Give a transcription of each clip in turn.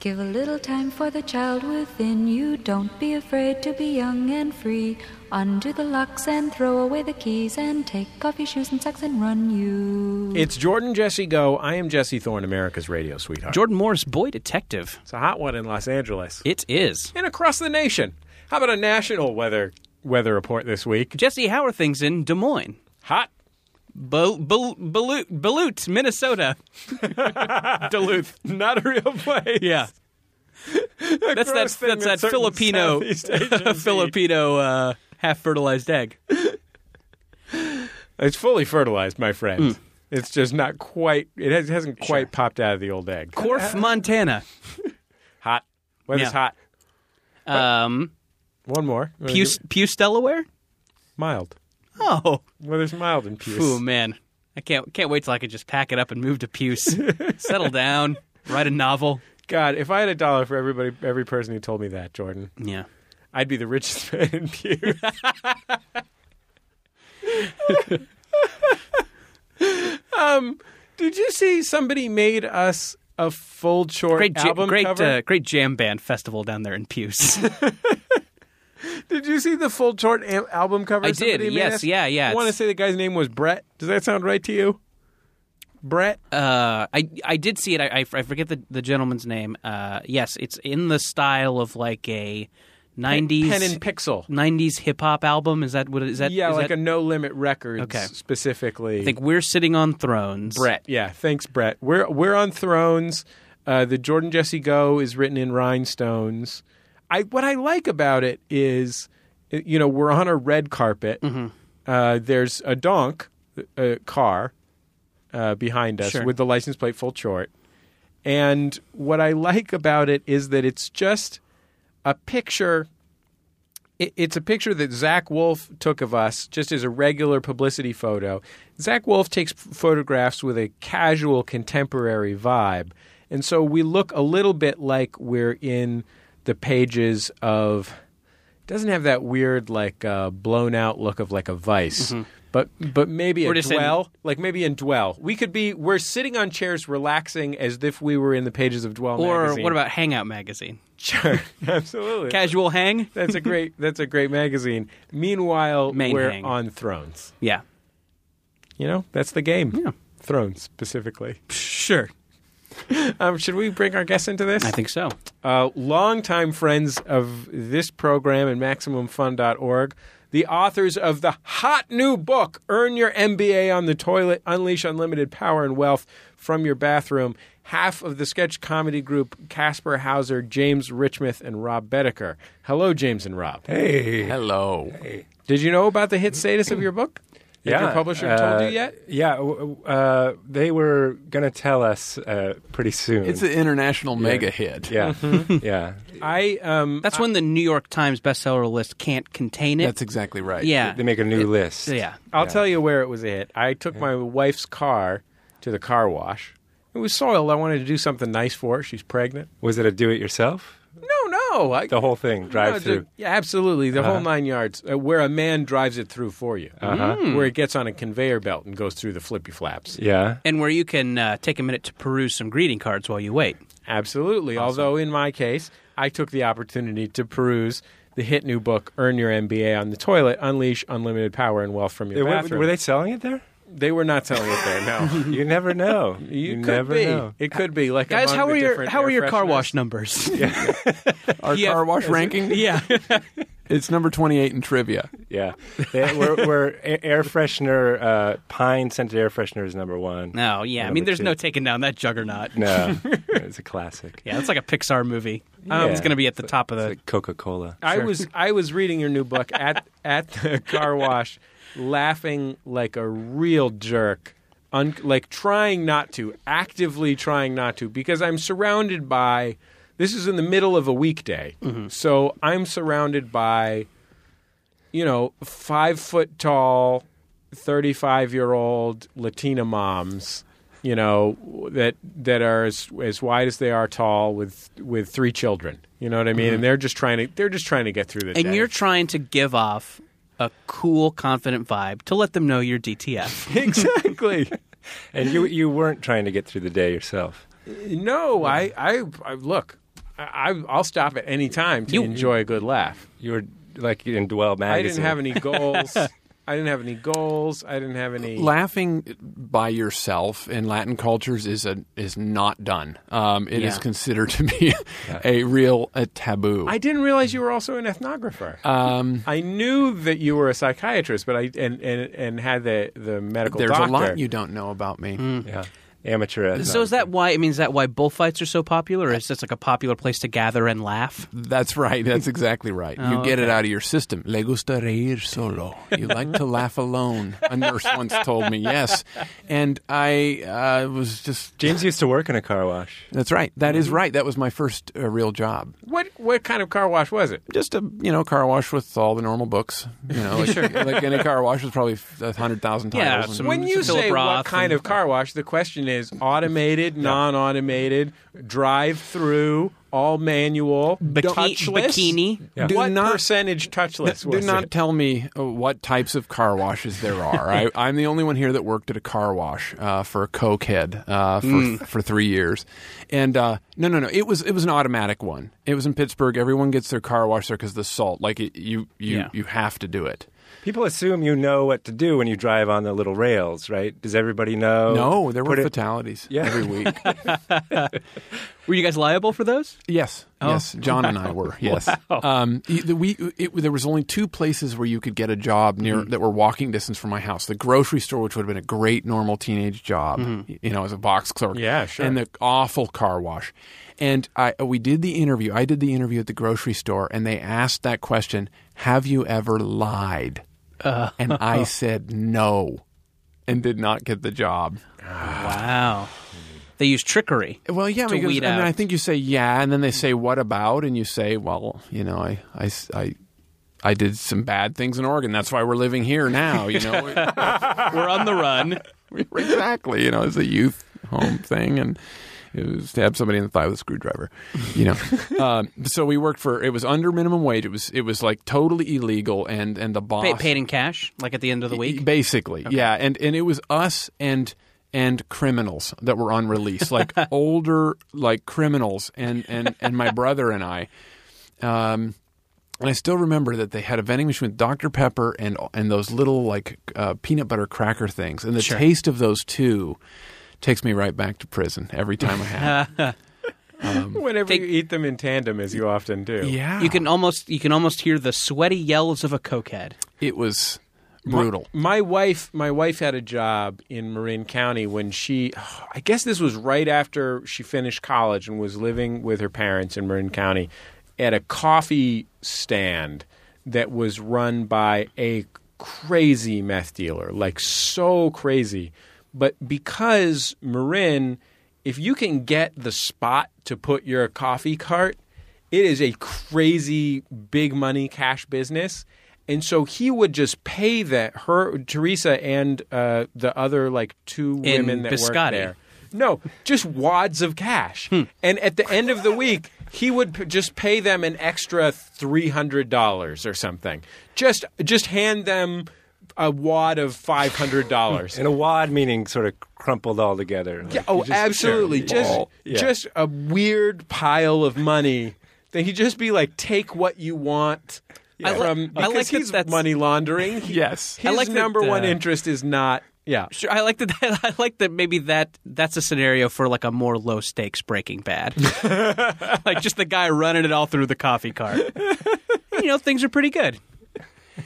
Give a little time for the child within you. Don't be afraid to be young and free. Undo the locks and throw away the keys and take off your shoes and socks and run you. It's Jordan Jesse Go. I am Jesse Thorne, America's radio sweetheart. Jordan Moore's Boy Detective. It's a hot one in Los Angeles It is. and across the nation. How about a national weather weather report this week? Jesse, how are things in Des Moines? Hot. Bo- Bel- Balut, Balut, Minnesota. Duluth. Not a real place. Yeah. That's that, gross thing that's that that certain Filipino Southeast Asians eat. Filipino uh, half fertilized egg. It's fully fertilized, my friend. Mm. It's just not quite. It has, hasn't quite popped out of the old egg. Corf, Montana. Hot. Weather's Yeah. hot. Um, One more. Wanna Puce, do- Puce, Delaware? Mild. Oh, Weather's mild in Puce. Ooh, man. I can't can't wait till I can just pack it up and move to Puce. Settle down, write a novel. God, if I had a dollar for everybody, every person who told me that, Jordan, Yeah. I'd be the richest man in Pew. um, did you see somebody made us a full short Great ja- album great cover? Uh, great jam band festival down there in Puce. Did you see the full short am- album cover? I did, somebody made yes, us? yeah, yeah, I want to it's- say the guy's name was Brett. Does that sound right to you? Brett. uh, I I did see it. I, I, I forget the, the gentleman's name. Uh, yes, it's in the style of like a nineties Pen and Pixel. 90s hip hop album. Is that what is that? Yeah, is like that- a No Limit Records Okay. specifically. I think we're sitting on thrones. Brett. Yeah, thanks, Brett. We're we're on Thrones. Uh, the Jordan Jesse Go is written in rhinestones. I what I like about it is, uh, you know, we're on a red carpet. Uh, there's a donk uh, car uh, behind us Sure. with the license plate full short, and what I like about it is that it's just a picture it- it's a picture that Zach Wolf took of us just as a regular publicity photo. Zach Wolf takes f- photographs with a casual contemporary vibe. And so we look a little bit like we're in the pages of it doesn't have that weird like uh, blown out look of like a vice. But but maybe Mm-hmm. We're a just in- dwell, like maybe in dwell, we could be we're sitting on chairs relaxing as if we were in the pages of dwell. Or magazine. what about Hangout magazine? sure, absolutely Casual hang. that's a great that's a great magazine. Meanwhile, Main we're hang. on Thrones. Yeah. You know, that's the game. Yeah. Thrones specifically. Sure. Um, should we bring our guests into this? I think so. uh, longtime friends of this program and MaximumFun.org, the authors of the hot new book, Earn Your MBA on the Toilet, Unleash Unlimited Power and Wealth from Your Bathroom, half of the sketch comedy group Casper Hauser, James Richmouth, and Rob Bedecker. Hello, James and Rob. Hello. Did you know about the hit status of your book? Had your publisher told you uh, yet? Yeah, w- w- uh, they were going to tell us uh, pretty soon. It's an international mega hit. yeah, Mm-hmm. yeah. I um That's when the New York Times bestseller list can't contain it. That's exactly right. yeah. They make a new list. yeah. I'll tell you where it was a hit. I took my wife's car to the car wash. It was soiled. I wanted to do something nice for her. She's pregnant. Was it a do-it-yourself? No, no. I, The whole thing, no, drive the- through. Uh-huh. yeah, absolutely. The whole nine yards, uh, where a man drives it through for you, where it gets on a conveyor belt and goes through the flippy flaps. Yeah. And where you can uh, take a minute to peruse some greeting cards while you wait. Absolutely. Although in my case, I took the opportunity to peruse the hit new book, Earn Your MBA on the Toilet, Unleash Unlimited Power and Wealth from Your They- were- Bathroom. were they selling it there? They were not selling it there. No, You never know. you, you could never be. know. It could be like Guys, among how the are your different how air are your car fresheners. wash numbers? Our Yeah. car wash ranking? yeah. It's number 28 in trivia. Yeah. They, we're, we're a- air freshener, uh, pine scented air freshener is number one. No, yeah. I mean, there's no taking down that juggernaut. No, it's a classic. Yeah, it's like a Pixar movie. Um, Yeah. It's going to be at the top of It's the. like Coca-Cola. I was I was reading your new book at at the car wash, laughing like a real jerk, un, like trying not to, actively trying not to, because I'm surrounded by. This is in the middle of a weekday, so I'm surrounded by, you know, five foot tall, thirty five year old Latina moms. You know that that are as, as wide as they are tall, with with three children. You know what I mean, and they're just trying to they're just trying to get through the Mm-hmm. and day. you're trying to give off a cool, confident vibe to let them know you're DTF. exactly. And you you weren't trying to get through the day yourself. No, I, I, I look. I, I- I'll stop at any time to You- enjoy a good laugh. You were like in Dwell I magazine. didn't have any goals. I didn't have any goals. I didn't have any. Laughing by yourself in Latin cultures is a is not done. Um, it is Yeah. considered to be a real a taboo. I didn't realize you were also an ethnographer. um, I knew that you were a psychiatrist, but I and and, and had the the medical there's doctor. a lot you don't know about me. Mm. Yeah. Amateur. So is that why? I mean, is that why bullfights are so popular? Or is this like a popular place to gather and laugh? That's right. That's exactly right. Oh, you get it out of your system. Le gusta reír solo. You like to laugh alone. A nurse once told me yes, and I uh, was just. James used to work in a car wash. That's right. That Mm-hmm. is right. That was my first uh, real job. What what kind of car wash was it? Just a you know car wash with all the normal books. You know, like, like any car wash was probably a hundred thousand Yeah, titles. Uh, some- and- When you Philip say what Roth kind and- of car wash, the question is automated, non-automated, drive-through, all manual, Bikini- touchless. bikini. Do What not- percentage touchless Do was not it? tell me uh, what types of car washes there are. I, I'm the only one here that worked at a car wash uh, for a cokehead uh, for for three years, and uh, no, no, no. It was it was an automatic one. It was in Pittsburgh. Everyone gets their car wash there because the salt. Like it, you you Yeah. you have to do it. People assume you know what to do when you drive on the little rails, right? Does everybody know? no, there were Put it- fatalities Yeah. every week. Were you guys liable for those? Yes, Oh, yes. John and I were. Yes. Um, y- the- we it, there was only two places where you could get a job near Mm-hmm. that were walking distance from my house. The grocery store, which would have been a great normal teenage job, y- you know, as a box clerk. Mm-hmm. Yeah, sure. And the awful car wash. And I we did the interview. I did the interview at the grocery store, and they asked that question: Have you ever lied? Uh. And I said no, and did not get the job. Wow. They use trickery. Well, yeah, to because weed I, mean, out. I think you say yeah, and then they say what about, and you say, well, you know, I, I, s- I- I did some bad things in Oregon. That's why we're living here now. You know, We're on the run. We were- exactly. You know, it's a youth home thing, and it was stab somebody in the thigh with a screwdriver. You know, um, so we worked for. It was under minimum wage. It was it was like totally illegal, and and the boss Pay, paid in cash, like at the end of the week. Basically, yeah, and and it was us and and criminals that were on release, like older like criminals, and and and my brother and I. Um, and I still remember that they had a vending machine with Dr Pepper and and those little like uh, peanut butter cracker things, and the Sure. taste of those two takes me right back to prison every time I have. Whenever Take- you eat them in tandem, as you often do. it. yeah, You can almost you can almost hear the sweaty yells of a cokehead. It was brutal. My wife, my wife had a job in Marin County when she, I guess this was right after she finished college and was living with her parents in Marin County, at a coffee stand that was run by a crazy meth dealer, like so crazy. But because Marin, if you can get the spot to put your coffee cart, it is a crazy big money cash business. And so he would just pay that her Teresa and uh, the other like two In women that biscotti. Hmm. worked there. No, just wads of cash. And at the end of the week, he would p- just pay them an extra three hundred dollars or something. Just just hand them a wad of five hundred dollars. And a wad meaning sort of crumpled all together. Like, Yeah, oh, you just- absolutely. sure. Just Ball. Yeah. just a weird pile of money that he'd just be like, take what you want. I like- from, I like because that he's that's- money laundering. Yes. his I like that, number one uh, interest is not. Yeah, Sure, I like that. I like that. Maybe that that's a scenario for like a more low stakes Breaking Bad, like just the guy running it all through the coffee cart. you know, things are pretty good.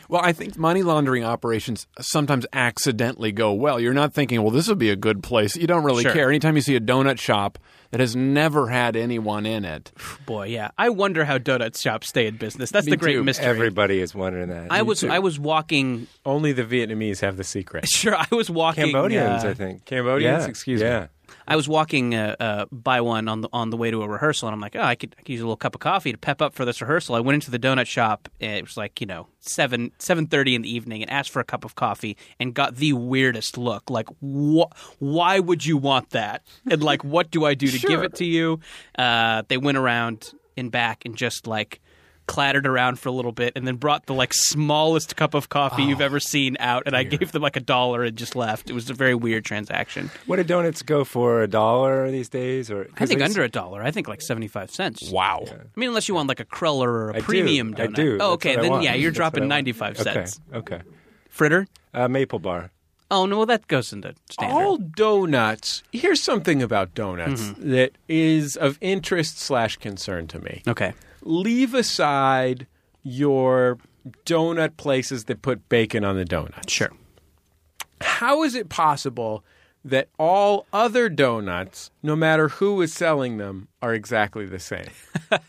Well, I think money laundering operations sometimes accidentally go well. You're not thinking, well, this would be a good place. You don't really Sure. care. Anytime you see a donut shop that has never had anyone in it, Boy, yeah. I wonder how donut shops stay in business. That's the great too. mystery. Everybody is wondering that. I Me was too. I was walking. only the Vietnamese have the secret. Sure, I was walking. Cambodians, uh, I think. Cambodians? Yeah. Excuse me. yeah. I was walking uh, uh, by one on the on the way to a rehearsal, and I'm like, oh, I could, I could use a little cup of coffee to pep up for this rehearsal. I went into the donut shop. And it was like you know seven seven thirty in the evening, and asked for a cup of coffee, and got the weirdest look. Like, wh- why would you want that? And like, what do I do to give it to you? Uh, they went around and back and just like clattered around for a little bit, and then brought the like smallest cup of coffee you've ever seen out, and I gave them like a dollar and just left. It was a very weird transaction. What do donuts go for? A dollar these days, or I think it's- under a dollar. I think like seventy five cents. Wow. I mean, unless you want like a cruller or a I do. premium donut. I do. Oh, That's okay. what I Then want. yeah, you're That's what I dropping want. ninety five cents. Okay. okay. Fritter? Uh, maple bar. Oh no, well that goes into standard. Oh. All donuts. Here's something about donuts Mm-hmm. that is of interest slash concern to me. Okay. Leave aside your donut places that put bacon on the donut. Sure. How is it possible that all other donuts, no matter who is selling them, are exactly the same?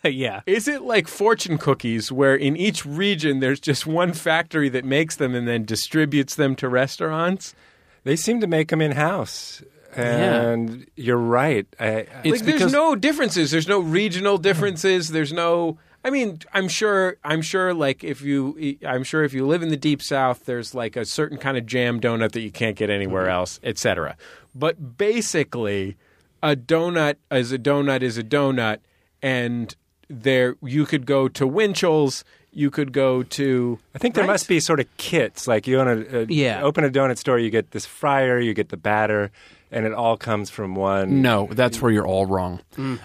yeah. Is it like fortune cookies where in each region there's just one factory that makes them and then distributes them to restaurants? They seem to make them in house, and you're right. I, I- It's like because- there's no differences. There's no regional differences. There's no I mean, I'm sure I'm sure like if you I'm sure if you live in the deep south there's like a certain kind of jam donut that you can't get anywhere Mm-hmm. else, etc. But basically a donut is a donut is a donut and there you could go to Winchell's, you could go to I think there must be sort of kits. Like you own a, a- Yeah. open a donut store, you get this fryer, you get the batter, and it all comes from one. No, that's where you're all wrong.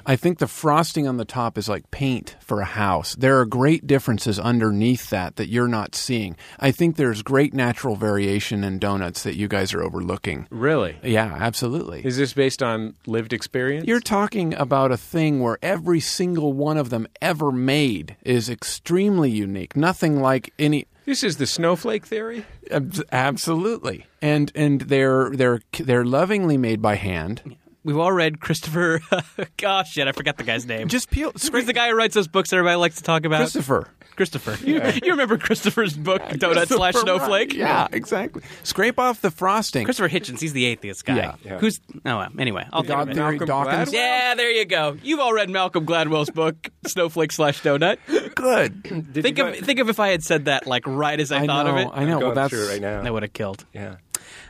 I think the frosting on the top is like paint for a house. There are great differences underneath that that you're not seeing. I think there's great natural variation in donuts that you guys are overlooking. Really? Yeah, absolutely. Is this based on lived experience? You're talking about a thing where every single one of them ever made is extremely unique. Nothing like any. this is the snowflake theory? Ab- Absolutely, and and they're they're they're lovingly made by hand. We've all read Christopher gosh shit, I forgot the guy's name. Just peel. He's the guy who writes those books everybody likes to talk about. Christopher. Christopher. You, you remember Christopher's book, Donut Oh, slash Christopher Wright. Snowflake? Yeah, exactly. Scrape off the frosting. Christopher Hitchens, he's the atheist guy. Yeah. Yeah. Who's oh well, anyway, I'll think God of it. theory Malcolm Dawkins. Gladwell? Yeah, there you go. You've all read Malcolm Gladwell's book, Snowflake slash Donut. Good. Did Think you of go- think of if I had said that like right as I, I thought know. of it. I know. Well, going that's through it right now. I would have killed. Yeah.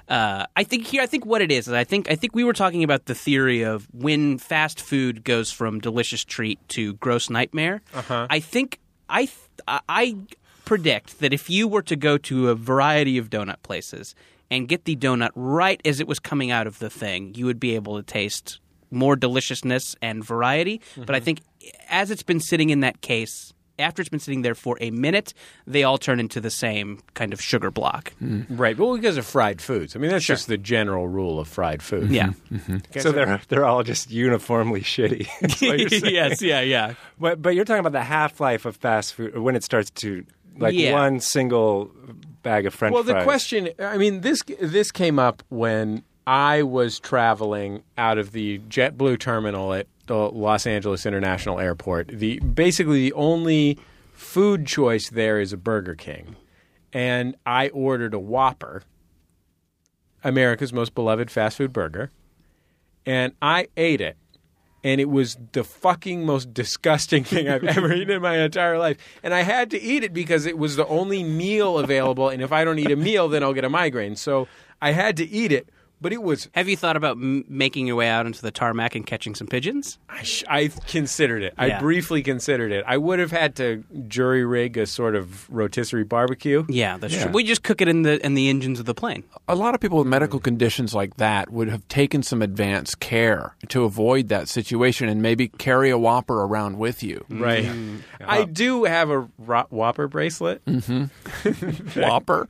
Uh, I think here. I think what it is is I think I think we were talking about the theory of when fast food goes from delicious treat to gross nightmare. Uh-huh. I think I th- I- I predict that if you were to go to a variety of donut places and get the donut right as it was coming out of the thing, you would be able to taste more deliciousness and variety. But I think as it's been sitting in that case. After it's been sitting there for a minute, they all turn into the same kind of sugar block. Right, well, because of fried foods. I mean, that's just the general rule of fried food. Hmm. Yeah. So they're they're all just uniformly shitty. That's what you're saying. yes, yeah, yeah. But but you're talking about the half life of fast food or when it starts to like Yeah. one single bag of French Well, the fries. question, I mean, this this came up when I was traveling out of the JetBlue terminal at the Los Angeles International Airport. The basically the only food choice there is a Burger King, and I ordered a Whopper, America's most beloved fast food burger, and I ate it. and it was the fucking most disgusting thing I've ever eaten in my entire life. And I had to eat it because it was the only meal available. And if I don't eat a meal, then I'll get a migraine. So I had to eat it. But it was, Have you thought about m- making your way out into the tarmac and catching some pigeons? I, sh- I considered it. I Yeah. briefly considered it. I would have had to jury rig a sort of rotisserie barbecue. Yeah, that's true. We just cook it in the in the engines of the plane. A lot of people with medical conditions like that would have taken some advanced care to avoid that situation and maybe carry a whopper around with you. Right. I do have a ro- Whopper bracelet. Whopper.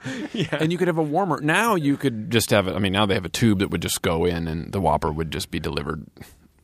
And you could have a warmer. Now you could just have it. I mean, now they have a tube that would just go in and the whopper would just be delivered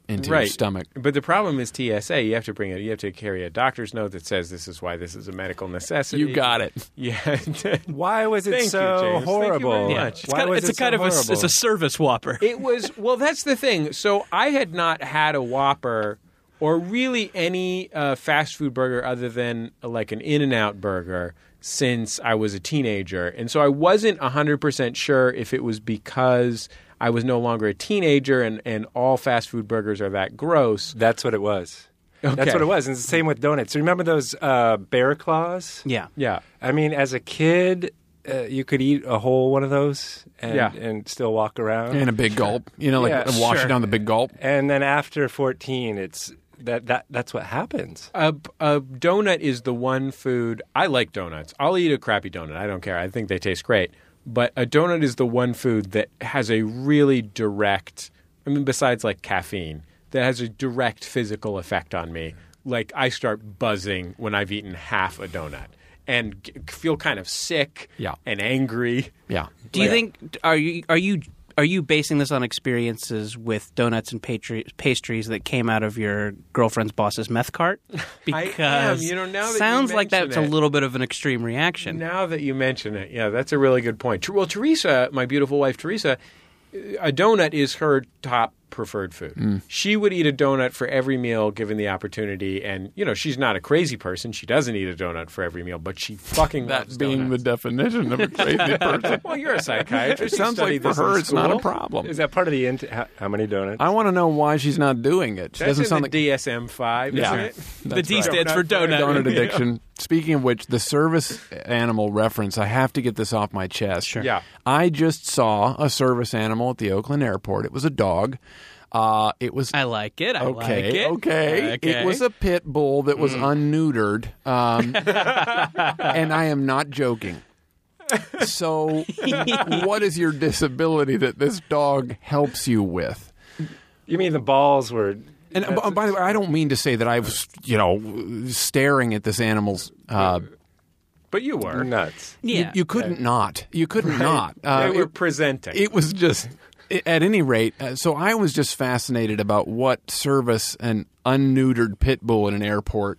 into your stomach. But the problem is TSA. You have to bring it. You have to carry a doctor's note that says this is why this is a medical necessity. You got it. Yeah. Why was it Thank you, so James. Thank you horrible? very Yeah. much. It's Why kind of, was it's a it so kind of a s- it's horrible? a service whopper. it was well. That's the thing. So I had not had a Whopper or really any uh, fast food burger other than uh, like an In and Out burger since I was a teenager, and so I wasn't hundred percent sure if it was because I was no longer a teenager and and all fast food burgers are that gross. That's what it was. Okay. That's what it was. And it's the same with donuts. Remember those uh, bear claws? yeah. Yeah. I mean, as a kid, uh, you could eat a whole one of those and, Yeah. and still walk around. And a big gulp. You know, like Yeah, wash it sure. down the big gulp. And then after 14, it's that, that that's what happens. A, a donut is the one food I like donuts. I'll eat a crappy donut. I don't care. I think they taste great. But a donut is the one food that has a really direct, I mean, besides like caffeine, that has a direct physical effect on me. Like I start buzzing when I've eaten half a donut and g- feel kind of sick Yeah. and angry. Yeah. Do you think are you are you are you basing this on experiences with donuts and patri- pastries that came out of your girlfriend's boss's meth cart? am. Because You know, now that you sounds like mention that's it. a little bit of an extreme reaction. Now that you mention it, yeah, that's a really good point. Ter- Well, Teresa, my beautiful wife Teresa, a donut is her top preferred food. Mm. She would eat a donut for every meal given the opportunity, and you know she's not a crazy person. She doesn't eat a donut for every meal, but she fucking that loves being the donuts. definition of a crazy person? well, you're a psychiatrist. It sounds you studied like for this in her it's not a school. problem. Is that part of the int- how, how many donuts? I want to know why she's not doing it. She That's doesn't in sound the like DSM five, Yeah. isn't it? the D right. stands for donut. donut addiction. Speaking of which, the service animal reference, I have to get this off my chest. Sure. Yeah. I just saw a service animal at the Oakland airport. It was a dog. Uh, it was I like it. I okay, like it. okay. Okay. Mm. It was a pit bull that was unneutered, um, and I am not joking. So, what is your disability that this dog helps you with? you mean the balls were? And b- by the way, I don't mean to say that I was, you know, staring at this animal's. Uh, But you were. nuts. you- Yeah. you, couldn't not. You couldn't not. Uh, they were it- presenting. it was just at any rate uh, so i was just fascinated about what service an unneutered pit bull in an airport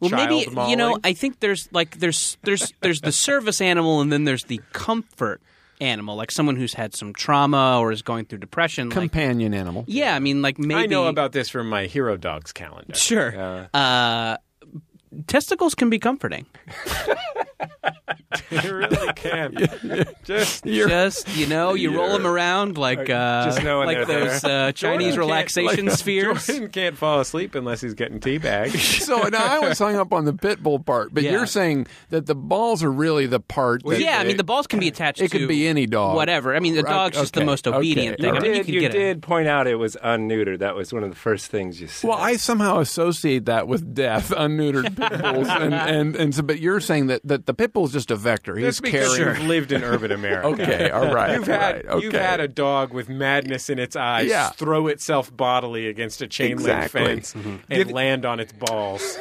well, maybe child you know. mauling. I think there's like there's there's there's the service animal, and then there's the comfort animal, like someone who's had some trauma or is going through depression. like, companion animal yeah, I mean, like maybe I know about this from my hero dogs calendar. Sure. Uh, testicles can be comforting. You really can. Just just you know, you roll 'em roll them around like uh, Just knowing like they're those uh, Chinese Jordan can't- relaxation like, spheres. Jordan can't fall asleep unless he's getting teabagged. so and i was hung up on the pit bull part but Yeah. you're saying that the balls are really the part that yeah, I mean the balls can be attached. it to could be any dog. whatever. I mean, the Right, dog's just the okay, most okay. obedient You thing. You I mean, did, can you get a- did point out it was unneutered. That was one of the first things you said. well i somehow associate that with death unneutered pit bulls and, and, and so but you're saying that, that the pit bull is just a vector he's That's because carrying you've lived in urban America. okay all right You've had right, okay. you've had a dog with madness in its eyes Yeah. throw itself bodily against a chain Exactly. link fence and land on its balls.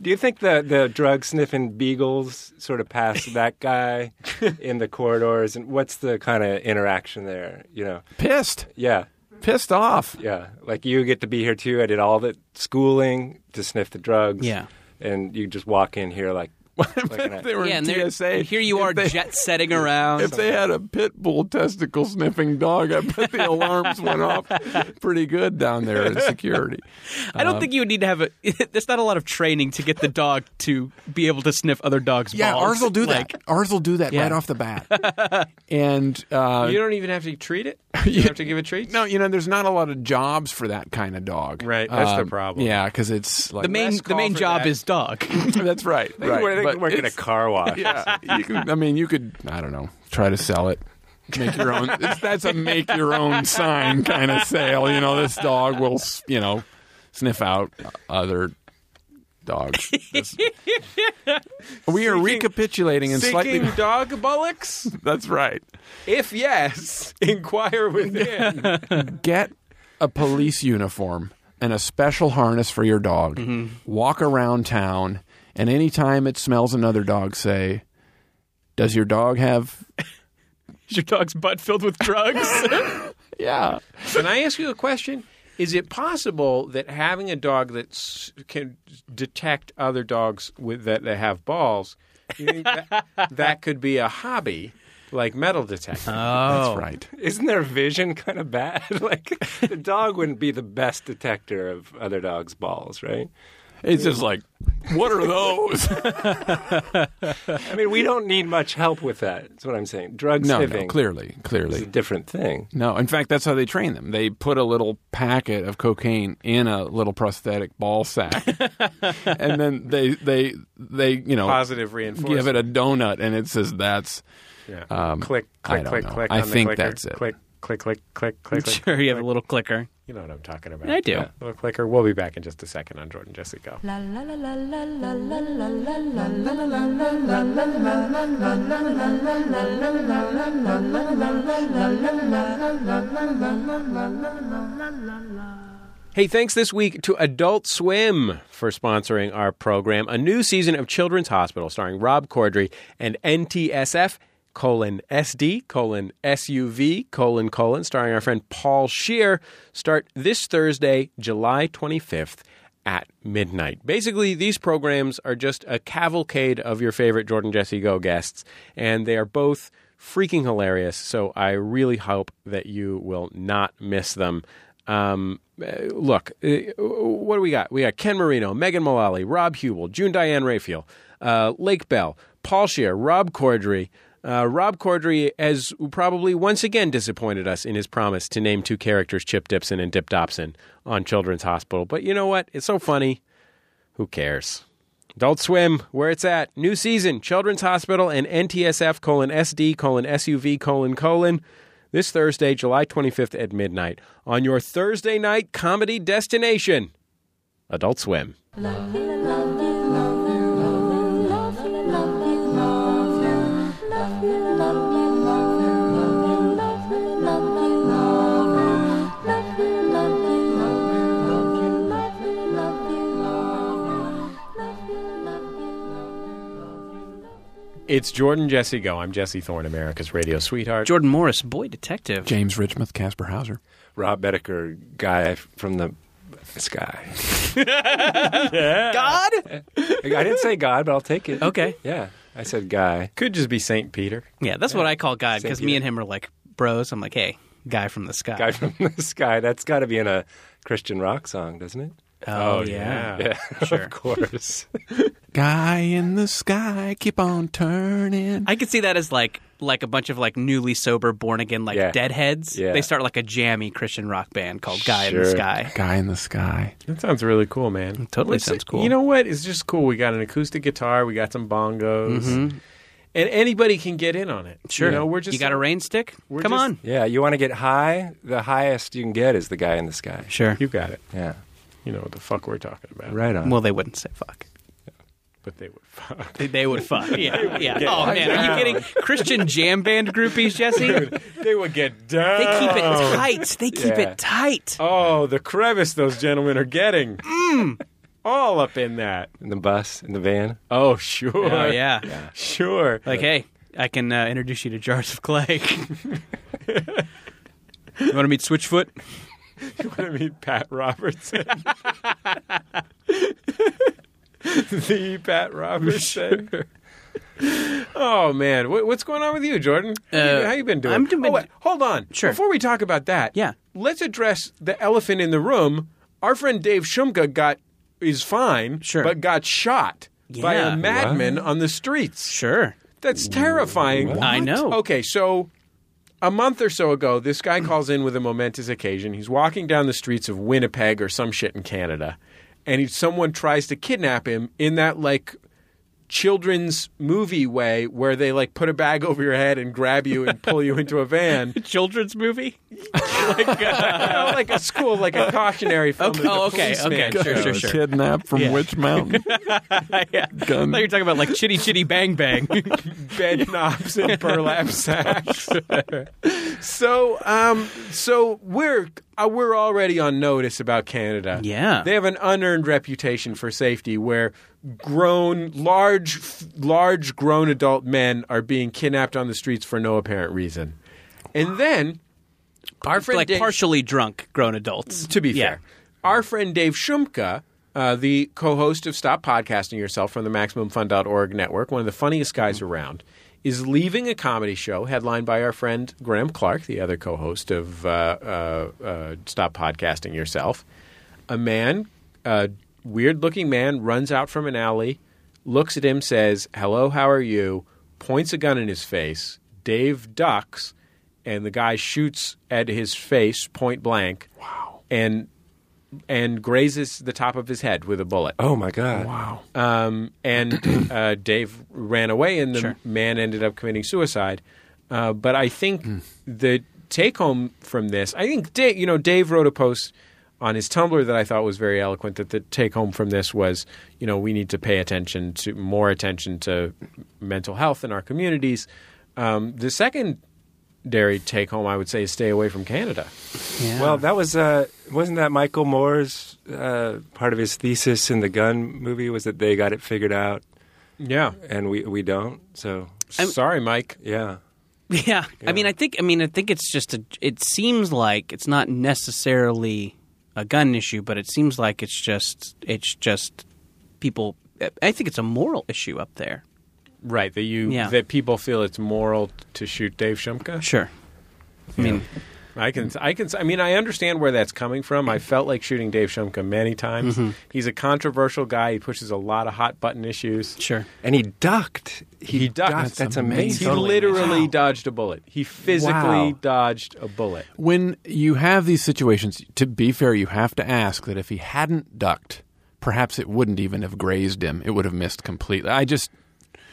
Do you think the the drug sniffing beagles sort of passed that guy in the corridors? And what's the kind of interaction there? You know, pissed yeah, pissed off yeah. Like you get to be here too. I did all the schooling to sniff the drugs. Yeah. and you just walk in here like, like an- they were Yeah, in and they're- TSA. here you If are they- jet setting around. If they had a pit bull testicle sniffing dog, I bet the alarms went off pretty good down there in security. I don't think you would need to have a. There's not a lot of training to get the dog to be able to sniff other dogs' Yeah, balls. ours will do Like, that. Ours will do that Yeah. right off the bat. and uh, You don't even have to treat it. You don't have to give it treats. no, you know, there's not a lot of jobs for that kind of dog. Um, Right, that's the problem. Yeah, because it's like The main Last the main call for job that. is dog. That's right. right. They but can work in a it's- car wash. Yeah, you could, I mean, you could. I don't know. Try to sell it. Make your own. It's, that's a make your own sign kind of sale. You know, this dog will, s- you know, sniff out other dogs. This- we are Seeking- recapitulating and slightly. Seeking dog bullocks? That's right. If yes, inquire within. Get a police uniform and a special harness for your dog. Walk around town, and anytime it smells another dog, say, "Does your dog have?" Is your dog's butt filled with drugs? Yeah. Can I ask you a question? Is it possible that having a dog that s- can detect other dogs with that, that have balls, you think that, that could be a hobby like metal detecting? That's right. Isn't their vision kind of bad? like the dog wouldn't be the best detector of other dogs' balls, right? It's just like, what are those? I mean, we don't need much help with that. That's what I'm saying. Drug no, sniffing no, clearly, is a clearly. different thing. No, in fact, that's how they train them. They put a little packet of cocaine in a little prosthetic ball sack, and then they, they, they, you know, Positive reinforcement. give it a donut, and it says that's. Yeah. Um, click, I click, don't click, know. click. I on the think clicker. that's it. Click, click, click, click, click. sure, you have a little clicker. You know what I'm talking about. I do. Yeah. Look like her. We'll be back in just a second on Jordan Jesse Go. La la la la la la la la la la. Hey, thanks this week to Adult Swim for sponsoring our program. A new season of Children's Hospital starring Rob Corddry and NTSF colon SD colon SUV colon colon starring our friend Paul Shear start this Thursday, July 25th at midnight. Basically, these programs are just a cavalcade of your favorite Jordan Jesse Go guests, and they are both freaking hilarious. So I really hope that you will not miss them. Um, uh, look, uh, what do we got? We got Ken Marino, Megan Mullally, Rob Hubel, June Diane Raphael, uh, Lake Bell, Paul Shear, Rob Corddry. Uh, Rob Corddry has probably once again disappointed us in his promise to name two characters, Chip Dipson and Dip Dobson, on Children's Hospital. But you know what? It's so funny. Who cares? Adult Swim, where it's at. New season, Children's Hospital and NTSF colon SD colon SUV colon colon. This Thursday, July 25th at midnight on your Thursday night comedy destination, Adult Swim. Love you, love you, love you, love you, love you, love you, love you, love you, love you, love you, love you, love you, love you, love you, love you, love you, love you, love you, love you, love you. It's Jordan Jesse Go. I'm Jesse Thorne, America's radio sweetheart. Jordan Morris, boy detective. James Richmouth, Casper Hauser. Rob Bedecker guy from the sky. God. I didn't say God, but I'll take it. Okay. Yeah, I said guy. Could just be St. Peter. Yeah, that's what I call God Same because to me you. and him are like bros. I'm like, hey, guy from the sky. Guy from the sky. That's got to be in a Christian rock song, doesn't it? oh, yeah. Yeah, Sure. of course. Guy in the sky, keep on turning. I could see that as like like a bunch of like newly sober born again like Yeah. deadheads. Yeah. They start like a jammy Christian rock band called Guy in the Sure. Sky. Guy in the sky. That sounds really cool, man. totally It's- sounds cool. You know what? It's just cool. We got an acoustic guitar. We got some bongos. And anybody can get in on it. Mm-hmm. Sure. You know, we're just You got a rain stick? we're Come just- on. yeah, you want to get high? The highest you can get is the guy in the sky. Sure. You got it. Yeah, You know what the fuck we're talking about. right on. Well, they wouldn't say fuck. But they would fuck. They, they would fuck. Yeah. yeah. Oh man, are you kidding? Christian jam band groupies, Jesse? They keep they would get down. it tight. They keep Yeah. it tight. Oh, the crevice those gentlemen are getting. Mm. All up in that. in the bus, in the van. Oh, sure. Oh yeah. Sure. Like, hey, I can uh, introduce you to Jars of Clay. you want to meet Switchfoot? you want to meet Pat Robertson? the Pat Robertson. Oh man, what, what's going on with you, Jordan? How you- Uh, How you been doing? I'm doing- Oh, wait, hold on. Sure. Before we talk about that, Yeah. let's address the elephant in the room. Our friend Dave Shumka got is fine, Sure. but got shot by Yeah. a madman on the streets. Sure. That's terrifying. I know. Okay, so a month or so ago, this guy calls in with a momentous occasion. He's walking down the streets of Winnipeg or some shit in Canada, and he, someone tries to kidnap him in that like children's movie way where they like put a bag over your head and grab you and pull you into a van. Children's movie? You know, like a school, like a cautionary film. that Okay. the Oh, okay, policeman okay, sure, shows. sure, sure. Kidnapped from Witch Mountain. yeah. Gun. I thought you were talking about like chitty chitty bang bang. bed knobs and burlap sacks. so, um, so we're uh, we're already on notice about Canada. Yeah. they have an unearned reputation for safety, where grown, large, large grown adult men are being kidnapped on the streets for no apparent reason, and then our friend like Dave- partially drunk grown adults. to be Yeah. fair. Our friend Dave Shumka, uh, the co host of Stop Podcasting Yourself from the MaximumFun.org network, one of the funniest guys around, is leaving a comedy show headlined by our friend Graham Clark, the other co host of uh, uh, uh, Stop Podcasting Yourself. A man, a weird looking man, runs out from an alley, looks at him, says, Hello, how are you? points a gun in his face. Dave ducks, and the guy shoots at his face point blank. Wow. And and grazes the top of his head with a bullet. Oh my God! Wow. Um, and uh, Dave ran away, and the Sure. man ended up committing suicide. Uh, but I think that take home from this, I think Dave, you know, Dave wrote a post on his Tumblr that I thought was very eloquent. That the take home from this was, you know, we need to pay attention to more attention to mental health in our communities. Um, the secondary take home, I would say, is stay away from Canada. Yeah. Well, that was uh, wasn't that Michael Moore's uh, part of his thesis in the Gun movie was that they got it figured out Yeah, and we we don't. So I'm- sorry, Mike. yeah, Yeah. I mean, I think I mean, I think it's just a it seems like it's not necessarily a gun issue, but it seems like it's just it's just people I think it's a moral issue up there. Right, that you Yeah. that people feel it's moral to shoot Dave Shumka. Sure. I mean, I can, I can, I mean, I understand where that's coming from. I felt like shooting Dave Shumka many times. He's a controversial guy. He pushes a lot of hot button issues. sure. and he ducked. He, ducked. That's, That's amazing. He amazing. Totally. literally Wow. dodged a bullet. He physically Wow. dodged a bullet. When you have these situations, to be fair, you have to ask that if he hadn't ducked, perhaps it wouldn't even have grazed him. It would have missed completely. I just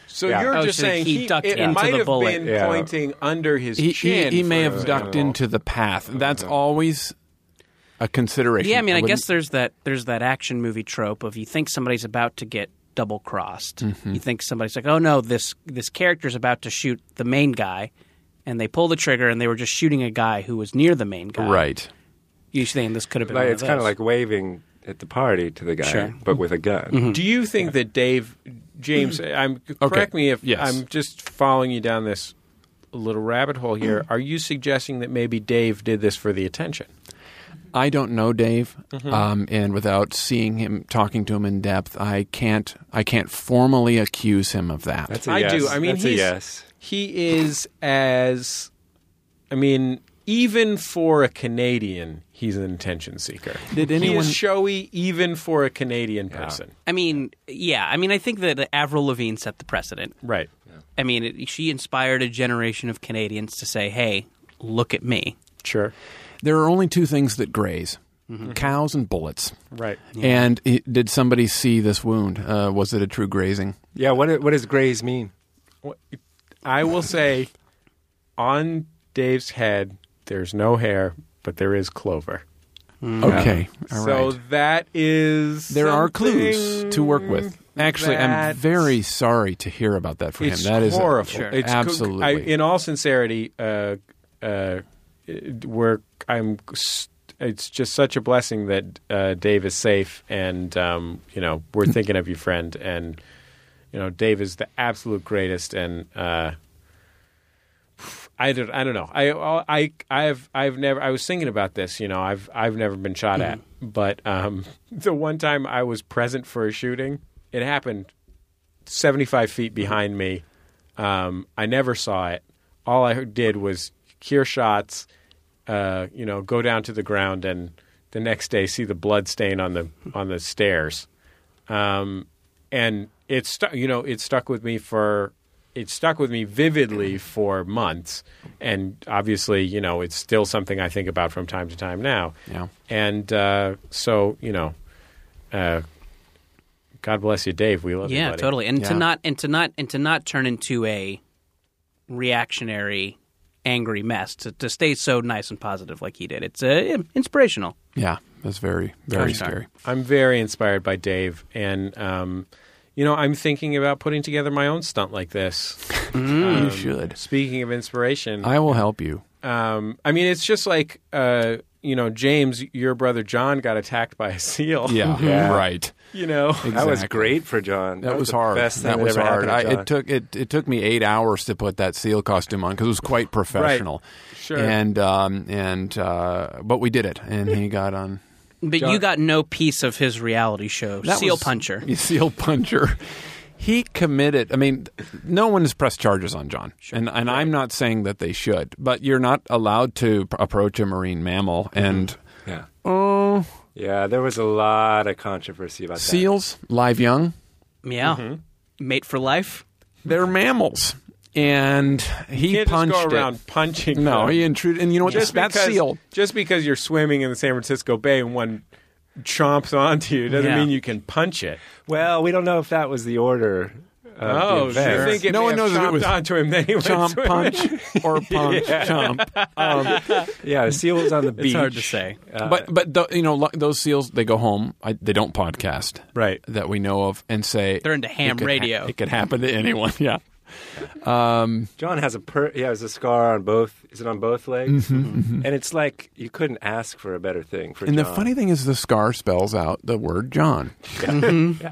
So Yeah. you're Oh, just so saying he ducked it into might the have bullet. been Yeah. pointing under his he, he, chin. he may for have a- ducked into the path. That's always a consideration. Yeah, I mean, I wouldn't- guess there's that there's that action movie trope of you think somebody's about to get double crossed. You think somebody's like, "Oh no, this this character's about to shoot the main guy." And they pull the trigger, and they were just shooting a guy who was near the main guy. right. You think this could have been. Like, one it's kind those. of like waving at the party to the guy, Sure. but with a gun. Do you think that Dave James? Hmm. I'm correct me if Yes. I'm just following you down this little rabbit hole Hmm. here. Are you suggesting that maybe Dave did this for the attention? I don't know Dave, Mm-hmm. um, and without seeing him, talking to him in depth, I can't. I can't formally accuse him of that. That's a I yes. do. I mean, That's a he's, yes. he is as, I mean, even for a Canadian, he's an attention seeker. Did anyone- He is showy even for a Canadian person. I mean, yeah. I mean, I think that Avril Lavigne set the precedent. Right. I mean, it, she inspired a generation of Canadians to say, "Hey, look at me." Sure. there are only two things that graze: Mm-hmm. cows and bullets. Right. And it, did somebody see this wound? Uh, was it a true grazing? Yeah. What what does graze mean? I will say, on Dave's head, there's no hair, but there is clover. Okay, all right. so that is there are clues something to work with. Actually, I'm that- very sorry to hear about that for It's him. That is horrible. Sure. It's co- absolutely. I, in all sincerity, uh, uh, we're I'm. s- It's just such a blessing that uh, Dave is safe, and um, you know we're thinking of you, friend. And you know Dave is the absolute greatest, and uh, I don't. I don't know. I I I've I've never. I was thinking about this. You know, I've I've never been shot at, Mm-hmm. but um, the one time I was present for a shooting, it happened 75 feet behind me. Um, I never saw it. All I did was hear shots, uh, you know, go down to the ground, and the next day see the blood stain on the on the stairs. Um, and it stuck, you know, it stuck with me for it stuck with me vividly for months, and obviously, you know, it's still something I think about from time to time now. yeah. And uh, so, you know, uh, God bless you, Dave. We love you. yeah, buddy. totally. And to Yeah. not and to not and to not turn into a reactionary, angry mess. To, to stay so nice and positive like he did. It's uh, inspirational. Yeah, that's very, very I'm sorry. scary. I'm very inspired by Dave, and um, you know, I'm thinking about putting together my own stunt like this. Mm. Um, you should. Speaking of inspiration, I will help you. um, I mean, it's just like uh, you know, James, your brother John got attacked by a seal. Yeah, Yeah. Mm-hmm. right. you know, That was Exactly. great for John. That was the hard. Best thing that was ever hard. happened uh, to I, John. it took it, it took me eight hours to put that seal costume on because it was quite professional. Sure. And um and uh but we did it, and he got on But you got no piece of his reality show, That Seal was- Puncher. Seal puncher. He committed. I mean, no one has pressed charges on John, and and I'm not saying that they should, but you're not allowed to p- approach a marine mammal Mm-hmm. and. yeah. Oh, Yeah, there was a lot of controversy about that. seals live young. Yeah, Mm-hmm. mate for life. They're mammals, and he you can't just punched go it. around punching. No, them. he intruded, and you know what? just that because, seal. Just because you're swimming in the San Francisco Bay and one chomps onto you doesn't Yeah. mean you can punch it. Well, we don't know if that was the order. of Oh, the you event. think it No may have one knows if it chomped was onto him. Then he went chomp swimming. punch or punch chomp. Um, yeah, the seal was on the beach. It's Uh, hard to say. but but tho- you know lo- those seals they go home. I, they don't podcast Right. that we know of and say They're into it ham could ha- radio. it could happen to anyone. Yeah. John has a per- he has a scar on both. Is it on both legs? And it's like you couldn't ask for a better thing for And John. the funny thing is, the scar spells out the word John. Mm-hmm.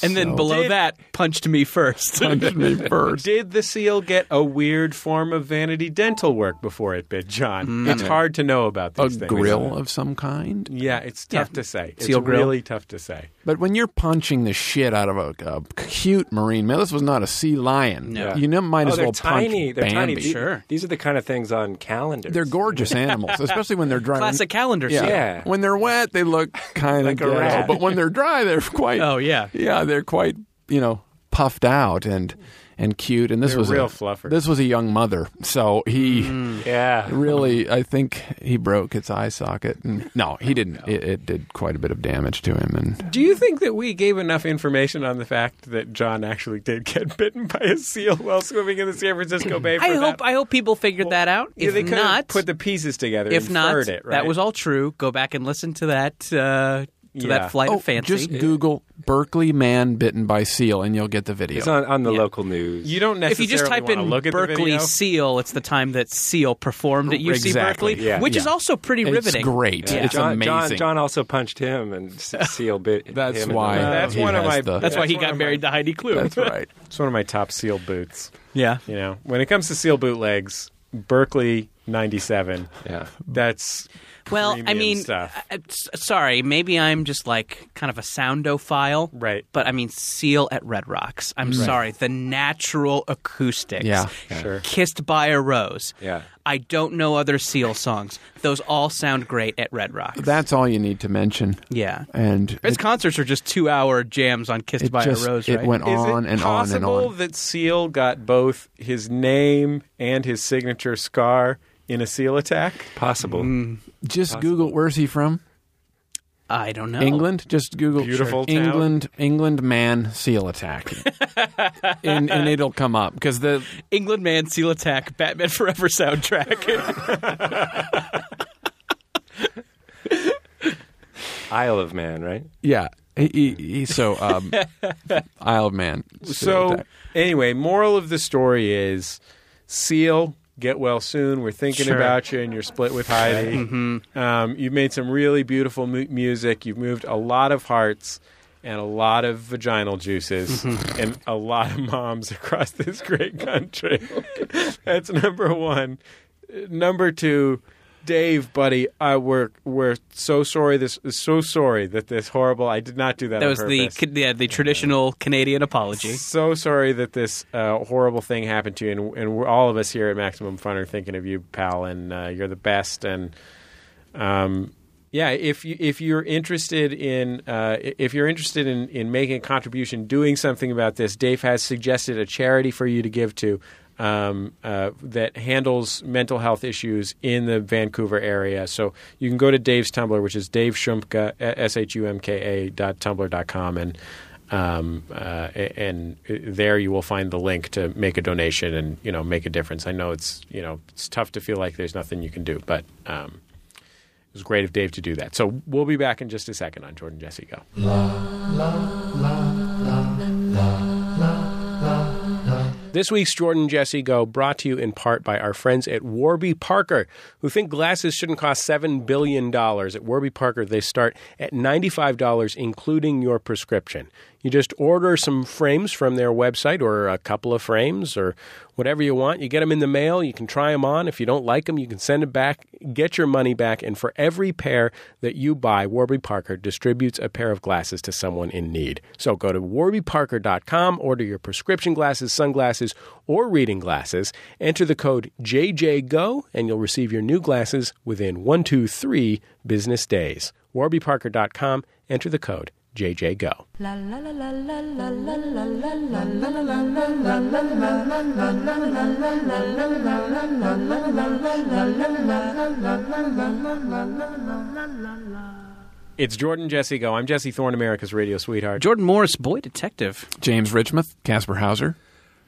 And then So- below Did- that, punched me first. Punched me first. Did the seal get a weird form of vanity dental work before it bit John? Mm. It's hard to know about A these things. grill of some kind. Yeah, it's tough Yeah. to say. It's Seal grill. really tough to say. But when you're punching the shit out of a, a cute marine mammal, this was not a sea lion. No. You know, might oh, as they're well punch tiny. They're Bambi. tiny. The- Sure. These are the kind of things on calendars. They're gorgeous animals, especially when they're dry. Classic calendar Yeah. seal. Yeah. When they're wet, they look kind Like a of rat. But when they're dry, they're quite. Oh, yeah. Yeah, they're quite you know puffed out and and cute. And this They're was real a, fluffers. This was a young mother, so he Yeah. really, I think he broke its eye socket. And, no, he didn't. It, it did quite a bit of damage to him, and Do you think that we gave enough information on the fact that John actually did get bitten by a seal while swimming in the San Francisco Bay? For I hope that? I hope people figured that out. Yeah, If they could have not, put the pieces together. if not, inferred it, right? that was all true. Go back and listen to that uh, to Yeah. that flight oh, of fancy. just Google Berkeley man bitten by seal, and you'll get the video. It's on, on the local news. You don't if necessarily you just type wanna in look at the Berkeley video. Seal, it's the time that Seal performed at UC Exactly. Berkeley, Yeah. which is Yeah. also pretty It's riveting. great. Yeah. It's John, amazing. John, John also punched him and s- Seal bit. That's him in why. the leg. Uh, That's he one of has my- the- That's why he That's one got of my- married to Heidi Klum. That's right. It's one of my top seal boots. yeah. You know, when it comes to seal bootlegs, Berkeley '97. Yeah. That's Well, I premium mean, stuff. I- I- s- sorry, maybe I'm just like kind of a soundophile. Right. But I mean, Seal at Red Rocks. I'm sorry, the natural acoustics. Yeah. sure. Kissed by a Rose. Yeah. I don't know other Seal songs. Those all sound great at Red Rocks. That's all you need to mention. yeah. And His it, concerts are just two hour jams on Kissed it by just a Rose, it right? Is went on it and on and possible on. that Seal got both his name and his signature scar in a seal attack? Possible. Mm. Just Google where's he from? I don't know. England. Just Google Beautiful town. England England man seal attack, and, and it'll come up because the England Man, Seal Attack, Batman Forever soundtrack. Isle of Man, right? yeah. He, he, he- so um, Isle of Man. seal So attack. anyway, moral of the story is Seal, get well soon. We're thinking Sure. Mm-hmm. about you, and you're split with Heidi. um, you've made some really beautiful mu- music. You've moved a lot of hearts and a lot of vaginal juices Mm-hmm. and a lot of moms across this great country. That's number one. Uh, Number two. Dave, buddy, I we're we're so sorry. This so sorry that this horrible. I did not do that. that on was the purpose. ca- yeah, the traditional Canadian apology. So sorry that this uh, horrible thing happened to you, and, and we're, all of us here at Maximum Fun are thinking of you, pal, and uh, you're the best. And um, yeah, if you if you're interested in uh, if you're interested in, in making a contribution, doing something about this, Dave has suggested a charity for you to give to. Um, uh, that handles mental health issues in the Vancouver area. So you can go to Dave's Tumblr, which is Dave Shumka, S H U M K A dot Tumblr dot com, and um, uh, a- and uh, there you will find the link to make a donation and you know make a difference. I know it's you know it's tough to feel like there's nothing you can do, but um, it was great of Dave to do that. So we'll be back in just a second on Jordan Jesse Go. This week's Jordan Jesse Go brought to you in part by our friends at Warby Parker, who think glasses shouldn't cost $7 billion. At Warby Parker, they start at $95, including your prescription. You just order some frames from their website or a couple of frames or whatever you want. You get them in the mail. You can try them on. If you don't like them, you can send them back, get your money back. And for every pair that you buy, Warby Parker distributes a pair of glasses to someone in need. So go to warbyparker.com, order your prescription glasses, sunglasses, or reading glasses. Enter the code JJGO, and you'll receive your new glasses within one, two, three business days. warbyparker.com, enter the code JJGO. It's Jordan Jesse Go. I'm Jesse Thorne, America's radio sweetheart. Jordan Morris, boy detective. James Richmouth, Casper Hauser.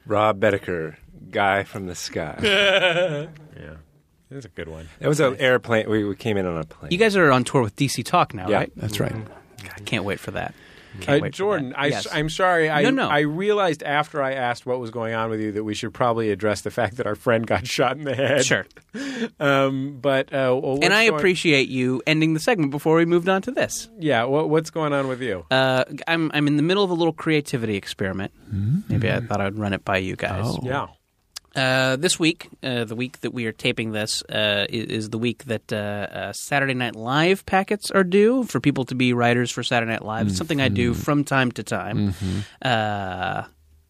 Rob Bedecker, guy from the sky. that yeah, that's a good one. was an airplane. We, we came in on a plane. You guys are on tour with DC Talk now, Yeah. right? That's right. God, I can't wait for that. Uh, Can't wait for Jordan, that. I, Yes. am sorry. I, No, no. I realized after I asked what was going on with you that we should probably address the fact that our friend got shot in the head. sure. Um, but uh, well, what's And I going- appreciate you ending the segment before we moved on to this. Yeah, what, what's going on with you? Uh, I'm I'm in the middle of a little creativity experiment. Maybe I thought I'd run it by you guys. Oh. yeah. Uh, this week, uh, the week that we are taping this, uh, i- is the week that uh, uh, Saturday Night Live packets are due for people to be writers for Saturday Night Live. It's something I do from time to time. Uh,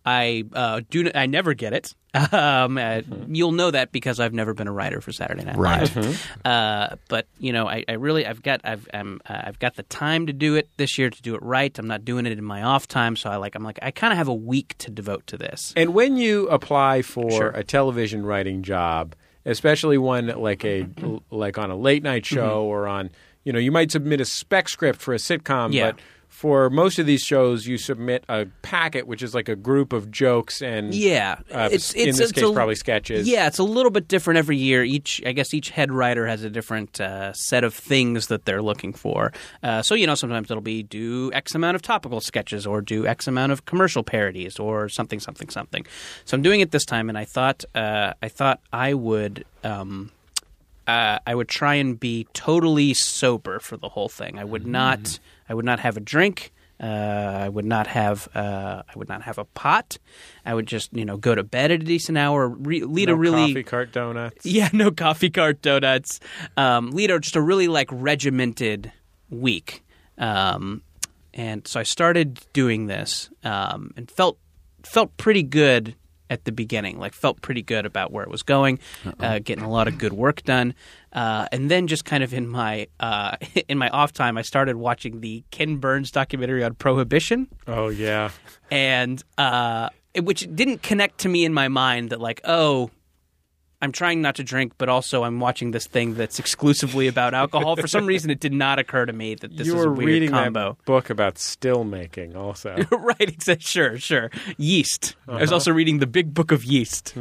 I uh, do. n- I never get it. Um, uh, You'll know that because I've never been a writer for Saturday Night Right. Live. Uh, but you know, I, I really, I've got, I've, I'm, uh, I've got the time to do it this year to do it right. I'm not doing it in my off time, so I like, I'm like, I kind of have a week to devote to this. And when you apply for Sure. a television writing job, especially one like a like on a late night show or on, you know, you might submit a spec script for a sitcom, Yeah. but for most of these shows, you submit a packet, which is like a group of jokes and Yeah, uh, in this case, probably sketches. Yeah, it's a little bit different every year. Each, I guess, each head writer has a different uh, set of things that they're looking for. Uh, so you know, sometimes it'll be do X amount of topical sketches, or do X amount of commercial parodies, or something, something, something. So I'm doing it this time, and I thought, uh, I thought I would. Um, uh, I would try and be totally sober for the whole thing. I would not. Mm-hmm. I would not have a drink. Uh, I would not have. Uh, I would not have a pot. I would just, you know, go to bed at a decent hour. Re- lead No a really coffee cart donuts. yeah, no coffee cart donuts. Um, Lido, just a really like regimented week. Um, and so I started doing this um, and felt felt pretty good at the beginning. Like felt pretty good about where it was going, uh, getting a lot of good work done. Uh, and then just kind of in my uh, in my off time, I started watching the Ken Burns documentary on Prohibition Oh yeah. and uh, it- which didn't connect to me in my mind that like oh i'm trying not to drink but also i'm watching this thing that's exclusively about alcohol for some reason it did not occur to me that this you is were a weird reading combo that book about still making also. right exactly sure sure yeast i was also reading the big book of yeast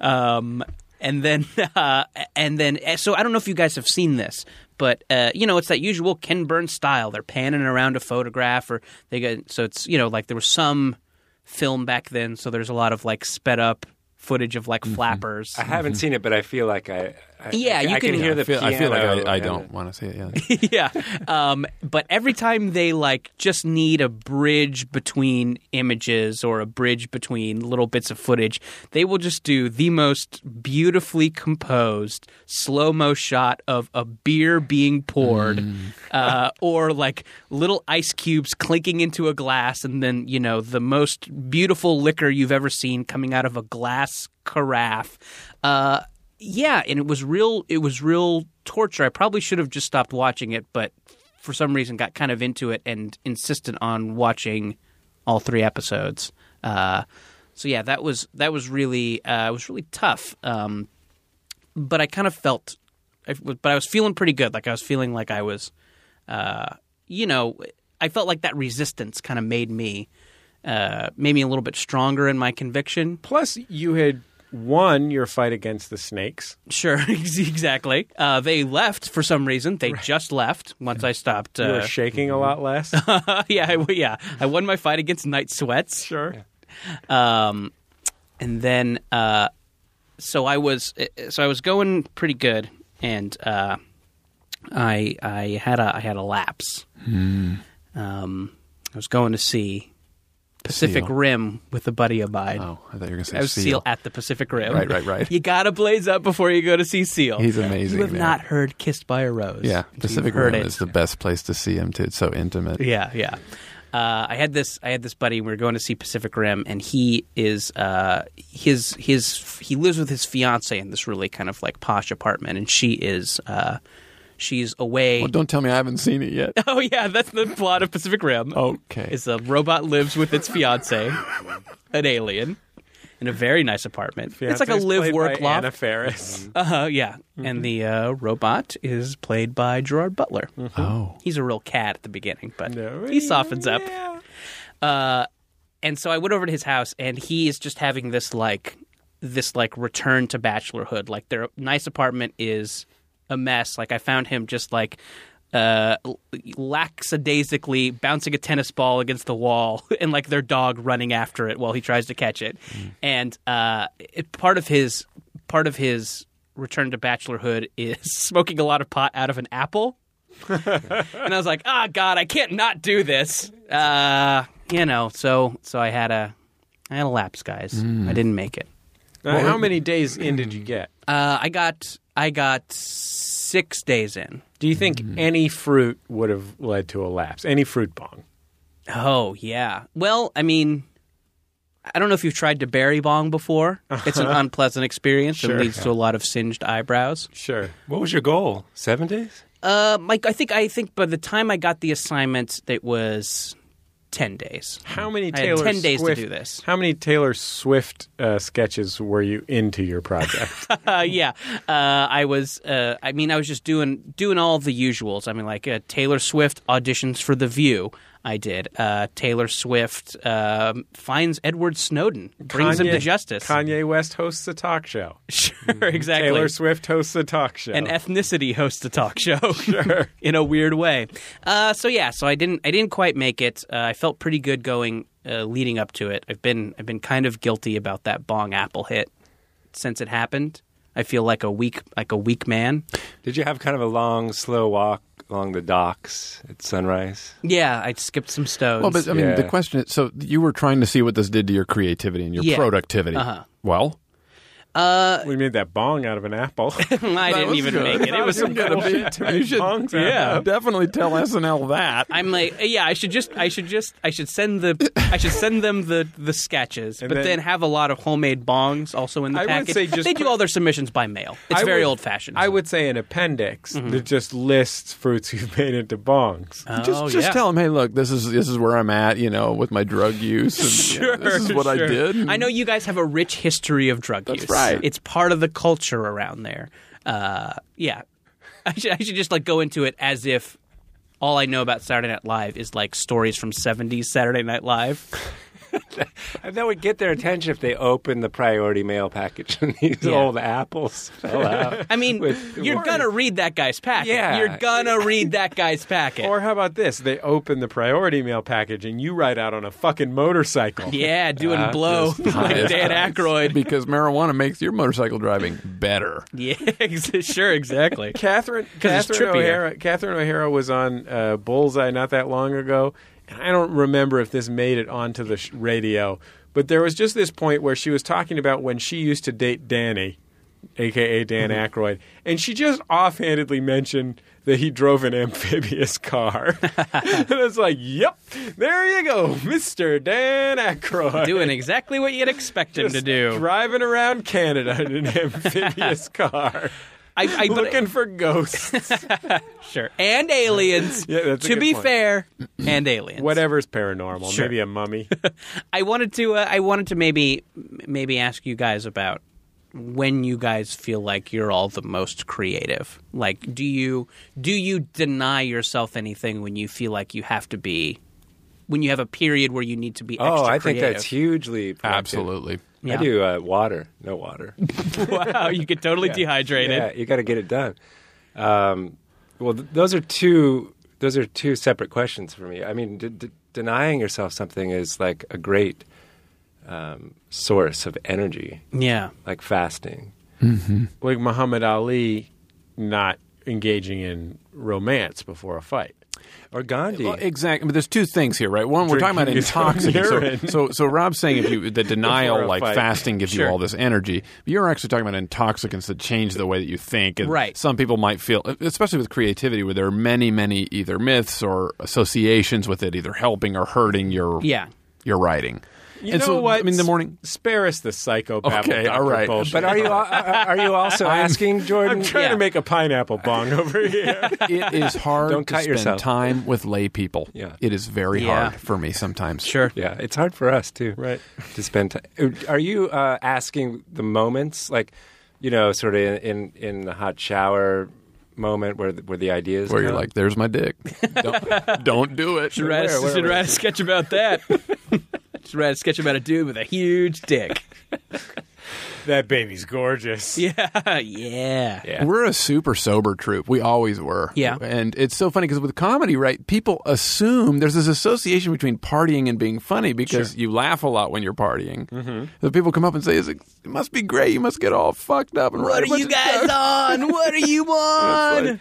um, and then uh, and then so i don't know if you guys have seen this but uh, you know it's that usual ken burns style they're panning around a photograph or they get so it's you know like there was some film back then so there's a lot of like sped up footage of like flappers I haven't seen it, but I feel like I. I Yeah, I, you I can- can, Yeah, hear the I feel, I piano. feel like I, I and don't want to see it. Yeah. yeah. Um, but every time they like just need a bridge between images or a bridge between little bits of footage, they will just do the most beautifully composed slow mo shot of a beer being poured, uh, or like little ice cubes clinking into a glass, and then you know the most beautiful liquor you've ever seen coming out of a glass carafe. Uh, yeah, and it was real. It was real torture. I probably should have just stopped watching it, but for some reason got kind of into it and insisted on watching all three episodes. Uh, so yeah, that was that was really uh, it was really tough. Um, but I kind of felt, I, but I was feeling pretty good. Like I was feeling like I was, uh, you know, I felt like that resistance kind of made me, uh, made me a little bit stronger in my conviction. Plus, you had won your fight against the snakes. Sure, ex- exactly. Uh, they left for some reason. They just left once I stopped. You were Uh, shaking a lot less. yeah, I, yeah. I won my fight against night sweats. sure. Um, and then, uh, so I was, uh, so I was going pretty good, and uh, I I had a I had a lapse. Um, I was going to see Pacific Seal. Rim with a buddy of mine. Oh, I thought you were going to say I was seal. seal. at the Pacific Rim. Right, right, right. You gotta blaze up before you go to see Seal. He's amazing. You have man. not heard "Kissed by a Rose." Yeah, If you've Pacific heard Rim it. is the best place to see him too. It's so intimate. Yeah, yeah. Uh, I had this. I had this buddy. We were going to see Pacific Rim, and he is uh, his his he lives with his fiance in this really kind of like posh apartment, and she is uh, she's away. Well, don't tell me I haven't seen it yet. oh yeah, that's the plot of Pacific Rim. Okay. is a robot lives with its fiance, an alien, in a very nice apartment. it's like a Fiance's live played work by loft. Anna Mm-hmm. Faris. Uh huh. Yeah, and the uh, robot is played by Gerard Butler. Oh. He's a real cat at the beginning, but he softens up. Yeah. Uh, and so I went over to his house, and he is just having this like this like return to bachelorhood. Like their nice apartment is a mess. Like I found him just like uh l- lackadaisically bouncing a tennis ball against the wall and like their dog running after it while he tries to catch it and uh it, part of his part of his return to bachelorhood is smoking a lot of pot out of an apple and I was like, "Ah, God, I can't not do this." Uh, you know, so so I had a I had a lapse, guys. I didn't make it. Now, how many days in did you get? Uh, I got I got six days in. Do you think any fruit would have led to a lapse? Any fruit bong? Oh yeah. Well, I mean, I don't know if you've tried to berry bong before. It's an unpleasant experience and Sure. leads to a lot of singed eyebrows. Sure. What was your goal? Seven days? Uh, Mike, I think I think by the time I got the assignment, it was ten days. How many I had Taylor 10 days to Swift, do this. How many Taylor Swift uh, sketches were you into your project? uh, yeah, uh, I was. Uh, I mean, I was just doing doing all the usuals. I mean, like uh, Taylor Swift auditions for The View. I did. Uh, Taylor Swift um finds Edward Snowden, brings him to justice. Kanye West hosts a talk show. sure, exactly. Taylor Swift hosts a talk show. An ethnicity hosts a talk show in a weird way. Uh, so yeah, so I didn't I didn't quite make it. Uh, I felt pretty good going uh, leading up to it. I've been I've been kind of guilty about that bong apple hit since it happened. I feel like a weak like a weak man. Did you have kind of a long, slow walk along the docks at sunrise? Yeah, I skipped some stones. Well, but I mean, the Yeah. question is so you were trying to see what this did to your creativity and your Yeah. productivity. Uh-huh. Well, we made that bong out of an apple. I didn't even make it. It was some gonna bullshit. be. You should Bongs out yeah, of- definitely tell SNL that. I'm like, yeah, I should just, I should just, I should send the, I should send them the the sketches, And but then, then- have a lot of homemade bongs also in the I would package. say just they put- do all their submissions by mail. It's I very would- old fashioned. I would say an appendix Mm-hmm. that just lists fruits you've made into bongs. oh, just just yeah. tell them, hey, look, this is this is where I'm at, you know, with my drug use. And, you know, this is what I sure. did. and- I know you guys have a rich history of drug That's use. right. It's part of the culture around there. Uh, yeah, I should, I should just like go into it as if all I know about Saturday Night Live is like stories from '70s Saturday Night Live. And that would get their attention if they opened the priority mail package and these Yeah. old apples fell out. I mean, With- you're or- gonna read that guy's packet. Yeah. you're gonna read that guy's packet. Or how about this? They open the priority mail package and you ride out on a fucking motorcycle. yeah, doing Uh, blow like Yes. Dan Aykroyd. because marijuana makes your motorcycle driving better. Yeah, ex- sure, exactly. Catherine it's Catherine trippier. O'Hara Catherine O'Hara was on uh, Bullseye not that long ago, and I don't remember if this made it onto the sh- radio, but there was just this point where she was talking about when she used to date Danny, aka Dan Mm-hmm. Aykroyd, and she just offhandedly mentioned that he drove an amphibious car. and it's like, yep, there you go, Mister Dan Aykroyd. Doing exactly what you'd expect him Just to do. driving around Canada in an amphibious car, I, I but- looking for ghosts. sure and aliens. Yeah, that's a to good be point. fair, and aliens. Whatever's paranormal, Sure. maybe a mummy. I wanted to. Uh, I wanted to maybe maybe ask you guys about when you guys feel like you're all the most creative. Like, do you do you deny yourself anything when you feel like you have to be? When you have a period where you need to be. Oh, extra I think creative? that's hugely productive. Absolutely. I Yeah. do uh, water, no water. wow, you get totally dehydrated. Yeah, you got to get it done. Um, well, th- those are two. Those are two separate questions for me. I mean, d- d- denying yourself something is like a great um, source of energy, Yeah. like fasting. like Muhammad Ali not engaging in romance before a fight. Or Gandhi. Well, exactly. But there's two things here, right? One, we're talking about Drinking your own intoxication. So, urine. so, so Rob's saying if you the Before denial, a like fight. fasting, gives Sure. you all this energy. But you're actually talking about intoxicants that change the way that you think. And Right. Some people might feel, especially with creativity, where there are many, many either myths or associations with it, either helping or hurting your Yeah. your writing. You and know so, what? I mean, the morning. Spare us the psychobabble. Okay, Dr. all right. Bullshit. But are you al- are you also asking Jordan? I'm trying Yeah. to make a pineapple bong over here. It is hard Don't to cut spend yourself. time with lay people. Yeah. It is very Yeah. hard for me sometimes. Sure. Yeah, it's hard for us too. Right. To spend time. Are you uh, asking the moments, like, you know, sort of in in, in the hot shower moment where the, where the ideas Where come? you're like, there's my dick. Don't, don't do it. Should write, a, Where- should where- write a sketch about that. should write a sketch about a dude with a huge dick. that baby's gorgeous. Yeah, yeah. Yeah. We're a super sober troupe. We always were. Yeah. And it's so funny because with comedy, right, people assume there's this association between partying and being funny because you laugh a lot when you're partying. Mm-hmm. So people come up and say, "It's like, it must be great. You must get all fucked up and What write a are bunch you of guys jokes." on? What are you on?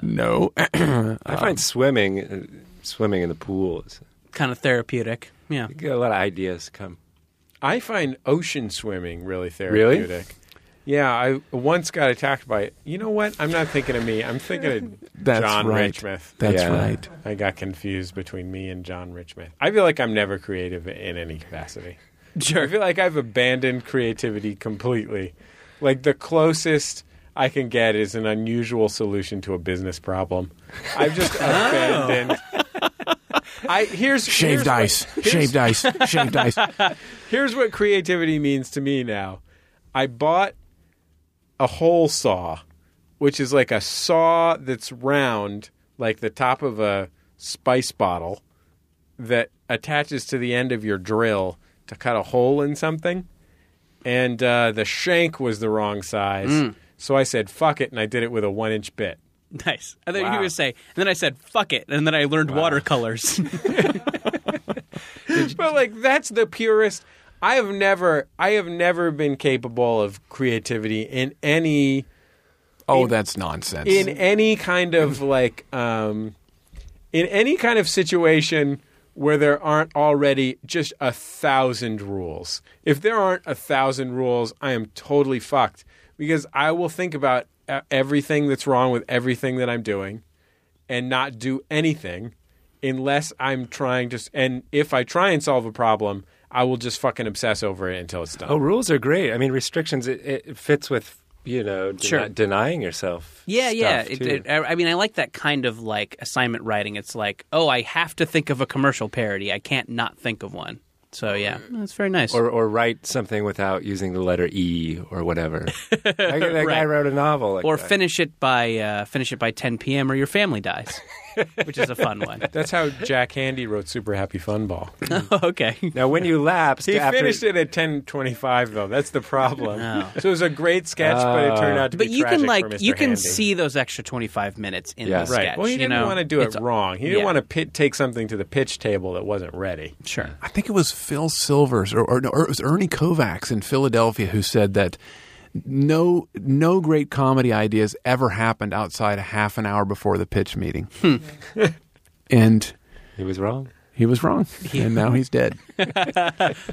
No. I "Ah." find swimming, uh, swimming in the pool, is, kind of therapeutic. Yeah. you get a lot of ideas come. I find ocean swimming really Really? therapeutic. Yeah, I once got attacked by. You know what? I'm not thinking of me. I'm thinking of That's John right. Richmond. That's Yeah. right. I got confused between me and John Richmond. I feel like I'm never creative in any capacity. I Sure. feel like I've abandoned creativity completely. Like the closest I can get is an unusual solution to a business problem. I've just abandoned. I here's Oh. Shaved here's what- ice. here's- Shaved ice. Shaved ice. Here's what creativity means to me now. I bought a hole saw, which is like a saw that's round, like the top of a spice bottle, that attaches to the end of your drill to cut a hole in something. And uh, the shank was the wrong size. So I said, fuck it. And I did it with a one inch bit. Nice. I thought you Wow. would say, and then I said, fuck it. And then I learned watercolors. but like that's the purest I have never I have never been capable of creativity in any Oh, that's nonsense. in any kind of like um in any kind of situation where there aren't already just a thousand rules. If there aren't a thousand rules, I am totally fucked because I will think about e- everything that's wrong with everything that I'm doing and not do anything unless I'm trying to s- and if I try and solve a problem, I will just fucking obsess over it until it's done. Oh, rules are great. I mean, restrictions it, it fits with you know deni- Sure. denying yourself. yeah, yeah. stuff, It, too. it, I I mean, I like that kind of like assignment writing. It's like, oh, I have to think of a commercial parody. I can't not think of one. So, Oh, yeah, that's very nice. or or write something without using the letter E or whatever. like, that guy Right. wrote a novel. Like or that. finish it by uh, finish it by 10 p.m. or your family dies, which is a fun one. That's how Jack Handy wrote Super Happy Fun Ball. okay, Now, when you lapsed, He after, finished it at ten twenty five though. That's the problem. No. So it was a great sketch, but it turned out to Oh. but be you can tragic like for Mr. you can Handy. see those extra 25 minutes in Yeah. the right. sketch. well, he you didn't know? want to do it It's- wrong. He didn't yeah. want to pit, take something to the pitch table that wasn't ready. Sure. I think it was Phil Silvers or, or, no, or it was Ernie Kovacs in Philadelphia who said that no no great comedy ideas ever happened outside a half an hour before the pitch meeting. and he was wrong. he was wrong. And now he's dead.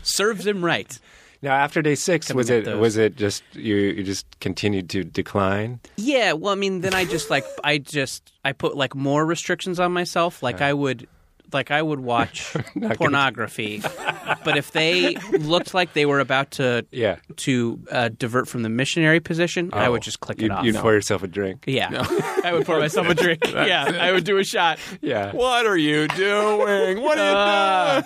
Serves him right. Now, after day six, Coming was up it those. was it just you, you just continued to decline? Yeah, well, I mean, then I just like I just I put like more restrictions on myself. Like I would, like I would watch pornography, but if they looked like they were about to Yeah, to uh, divert from the missionary position, I Oh. would just click you, it off. you pour yourself a drink. yeah, I would pour myself a drink. yeah, I would do a shot. Yeah, What are you doing? What Uh,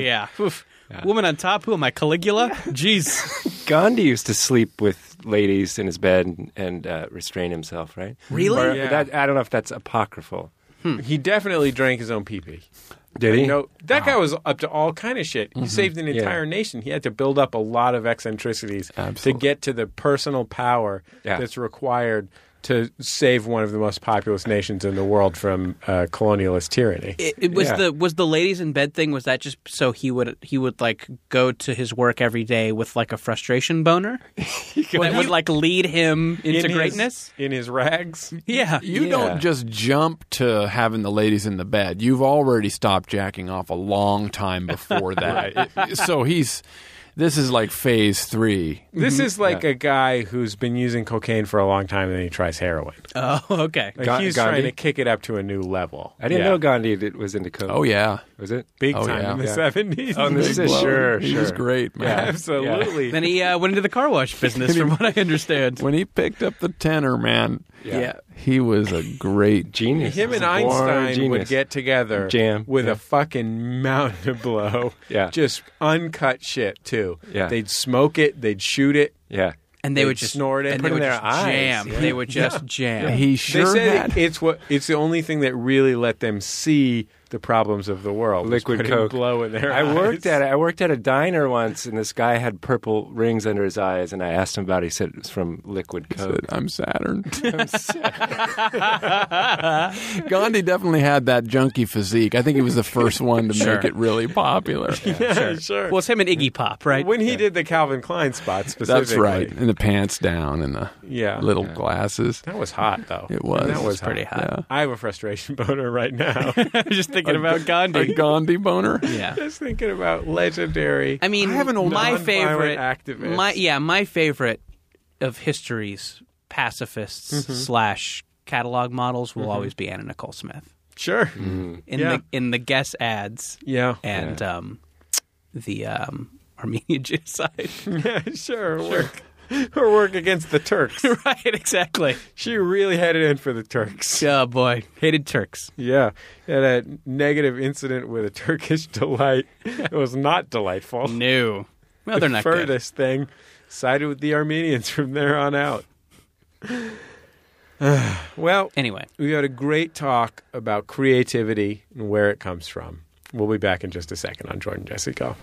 yeah. Oof. Woman on top. Who am I, Caligula? Jeez. Gandhi used to sleep with ladies in his bed and, and uh, restrain himself, right? Really? Or Yeah. that, I don't know if that's apocryphal. Hmm. He definitely drank his own pee pee. Did he? No, that guy was up to all kind of shit. Mm-hmm. He saved an entire nation. He had to build up a lot of eccentricities Absolutely. to get to the personal power Yeah. that's required to save one of the most populous nations in the world from uh, colonialist tyranny. It, it was Yeah. the was the ladies in bed thing. Was that just so he would he would like go to his work every day with like a frustration boner that would like lead him into In his- greatness? in his rags. Mm-hmm. Yeah, You don't just jump to having the ladies in the bed. You've already stopped jacking off a long time before that. It- so he's This is like phase three. This is like a guy who's been using cocaine for a long time and then he tries heroin. Oh, okay. Like Ga- he's Gandhi? trying to kick it up to a new level. I didn't Yeah. know Gandhi did, was into coke. Oh yeah, was it? Big Oh, time yeah. in the Yeah. 70s. Oh, this is sure, He sure. was great, man. Absolutely. Then he uh, went into the car wash business, from what I understand. When he picked up the tenor, man, Yeah. he was a great. Genius. Him and Born Einstein would genius. get together Jam, with yeah. a fucking mountain to blow. Yeah. Just uncut shit, too. Yeah. They'd smoke it, they'd shoot it. Yeah. And they They'd would just snort it, and put they it would in their just eyes. jam. Yeah. They would just jam. He They sure said had. it's what it's the only thing that really let them see the problems of the world. was Liquid putting coke. blow in their I eyes. worked at I worked at a diner once, and this guy had purple rings under his eyes, and I asked him about. it. He said it was from liquid coke. Said, I'm Saturn. Gandhi definitely had that junky physique. I think he was the first one to Sure. make it really popular. Yeah, sure. Well, it's him and Iggy Pop, right? when he did the Calvin Klein spot specifically. That's right. And the pants down and the Yeah. little glasses. That was hot though. It was. That was pretty hot. I have a frustration boner right now. I was just thinking about A Gandhi. Gandhi boner. yeah. Just thinking about legendary. I mean, I have an old my nonviolent favorite activist. My yeah, my favorite of history's pacifists Mm-hmm. slash catalog models will always be Anna Nicole Smith sure. in Mm-hmm. Yeah. the in the Guess ads Yeah. and um, the um, Armenian genocide. Yeah, sure. Her work. Her work against the Turks. right, exactly. she really had it in for the Turks. Oh boy, hated Turks. Yeah. Had a negative incident with a Turkish delight. It was not delightful. No, well the they're not good. furthest thing sided with the Armenians from there on out. well, Anyway, we had a great talk about creativity and where it comes from. We'll be back in just a second on Jordan Jesse Go.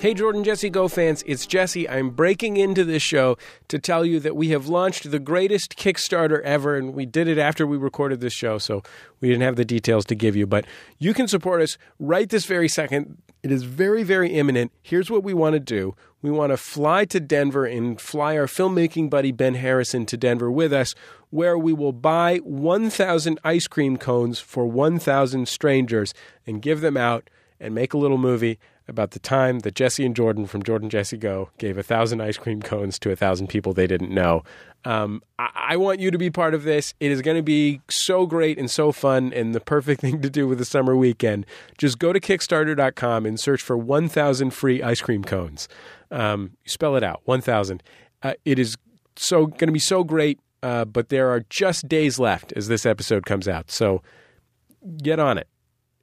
Hey, Jordan Jesse Go fans, it's Jesse. I'm breaking into this show to tell you that we have launched the greatest Kickstarter ever, and we did it after we recorded this show, so we didn't have the details to give you. But you can support us right this very second. It is very, very imminent. Here's what we want to do we want to fly to Denver and fly our filmmaking buddy Ben Harrison to Denver with us, where we will buy 1,000 ice cream cones for 1,000 strangers and give them out and make a little movie about the time that Jesse and Jordan from Jordan Jesse Go gave a thousand ice cream cones to a thousand people they didn't know. Um, I-, I want you to be part of this. It is going to be so great and so fun and the perfect thing to do with a summer weekend. Just go to Kickstarter.com and search for 1,000 free ice cream cones. Um, spell it out 1,000. Uh, it is so going to be so great, uh, but there are just days left as this episode comes out. So get on it.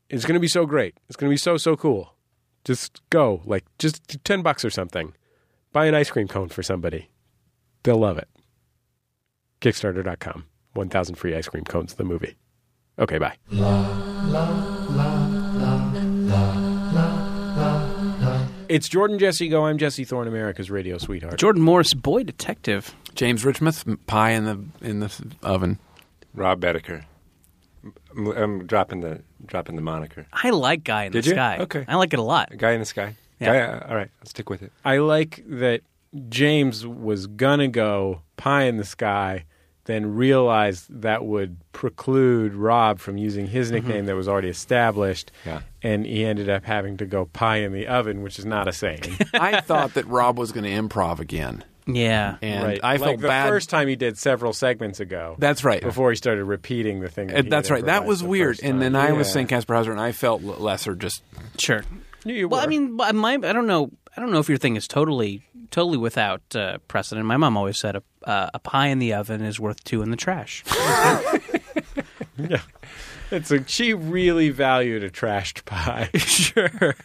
It's going to be so great. It's going to be so so cool. Just go, like just 10 bucks or something. Buy an ice cream cone for somebody. They'll love it. kickstarter.com. 1000 free ice cream cones the movie. Okay, bye. It's Jordan Jesse Go. I'm Jesse Thorne, America's radio sweetheart. Jordan Morris, boy detective. James Richmouth, pie in the in the oven. Rob Bedecker. I'm, I'm dropping the dropping the moniker. I like Guy in Did the you? Sky. Okay. I like it a lot. Guy in the sky. Yeah. Guy- uh, all right, I'll stick with it. I like that James was gonna go pie in the sky, then realized that would preclude Rob from using his Mm-hmm. nickname that was already established. Yeah. And he ended up having to go pie in the oven, which is not a saying. I thought that Rob was going to improv again, Yeah. and right. I like felt the bad. first time he did several segments ago. That's right. Before he started repeating the thing. That Uh, he That's had right. That improvised was the weird. first And then time. I was saying Casper Hauser, and I felt l- lesser. Just Sure. Yeah, you Well, I were. mean, my, my- I don't know. I don't know if your thing is totally, totally without uh, precedent. My mom always said a, uh, a pie in the oven is worth two in the trash. it's a, she really valued a trashed pie. sure.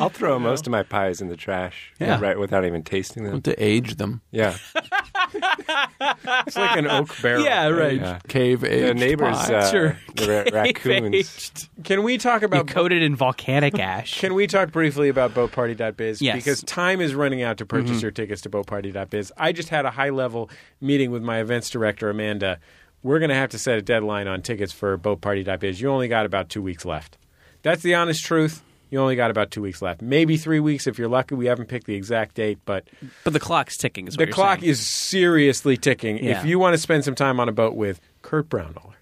I'll throw most of my pies in the trash. Yeah. Right, without even tasting them. to age them. Yeah. It's like an oak barrel. Yeah, right. Yeah. Cave age. The neighbors, uh, Sure. the ra- raccoons. Aged. Can we talk You about coated in volcanic ash. Can we talk briefly about boatparty.biz? Yes. Because time is running out to Mm-hmm. purchase your tickets to boatparty.biz. I just had a high level meeting with my events director, Amanda. We're going to have to set a deadline on tickets for boatparty.biz. You only got about two weeks left. That's the honest truth. You only got about two weeks left, maybe three weeks if you're lucky. We haven't picked the exact date, but But the clock's ticking. Is what the you're clock saying. is seriously ticking. Yeah. If you want to spend some time on a boat with Kurt Brownoller,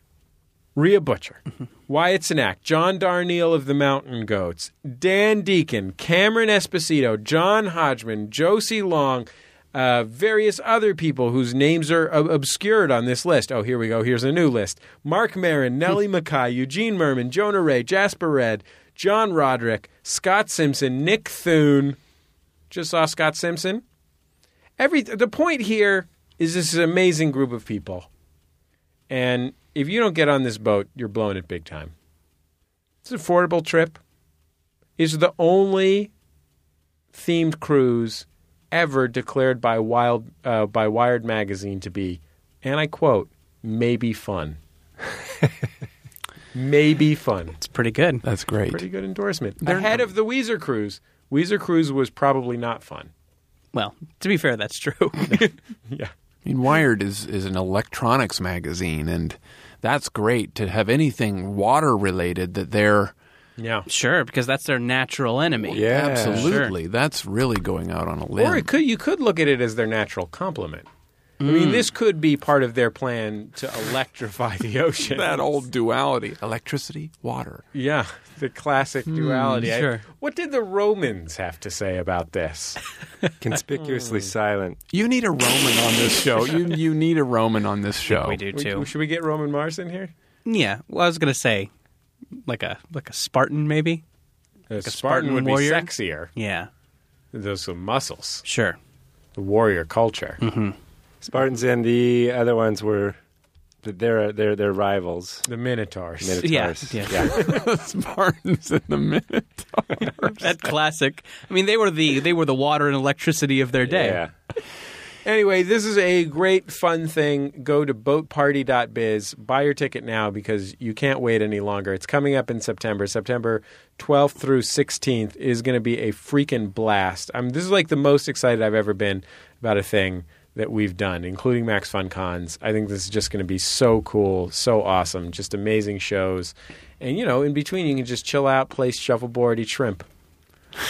Rhea Butcher, Mm-hmm. Wyatt Cenac, John Darnielle of the Mountain Goats, Dan Deacon, Cameron Esposito, John Hodgman, Josie Long, uh, various other people whose names are ob- obscured on this list. Oh, here we go. Here's a new list. Mark Marin, Nellie Hmm. Mackay, Eugene Merman, Jonah Ray, Jasper Red, John Roderick, Scott Simpson, Nick Thune. Just saw Scott Simpson every the point here is this is an amazing group of people and if you don't get on this boat you're blowing it big time it's an affordable trip it's the only themed cruise ever declared by wild uh, by wired magazine to be and i quote maybe fun maybe fun It's pretty good. That's great. pretty good endorsement ahead of the weezer cruise weezer cruise was probably not fun Well, to be fair, that's true. yeah I mean, Wired is, is an electronics magazine, and that's great to have anything water related that they're yeah sure, because that's their natural enemy. Yeah. absolutely. That's really going out on a limb. Or it could you could look at it as their natural complement. I mean, Mm. this could be part of their plan to electrify the ocean. that old duality electricity, water. yeah, the classic duality. I- Hmm, sure. what did the Romans have to say about this? Conspicuously Hmm. silent. You need a Roman on this show. You, you need a Roman on this show. We do We- too. should we get Roman Mars in here? Yeah. Well, I was gonna say, like a like a Spartan, maybe. A Uh, Spartan, Spartan would warrior? be sexier. Yeah. Those some muscles. Sure. The warrior culture. Mm-hmm. Spartans and the other ones were they're uh, they're they're rivals. The Minotaurs. Minotaurs. Yeah, Spartans in the minute. That classic. I mean, they were the they were the water and electricity of their day. Yeah. Anyway, this is a great fun thing. Go to boatparty.biz, buy your ticket now because you can't wait any longer. It's coming up in September. September 12th through 16th is going to be a freaking blast. I'm this is like the most excited I've ever been about a thing that we've done, including Max Fun Cons. I think this is just going to be so cool, so awesome, just amazing shows. And you know, in between you can just chill out, play shuffleboard, eat shrimp.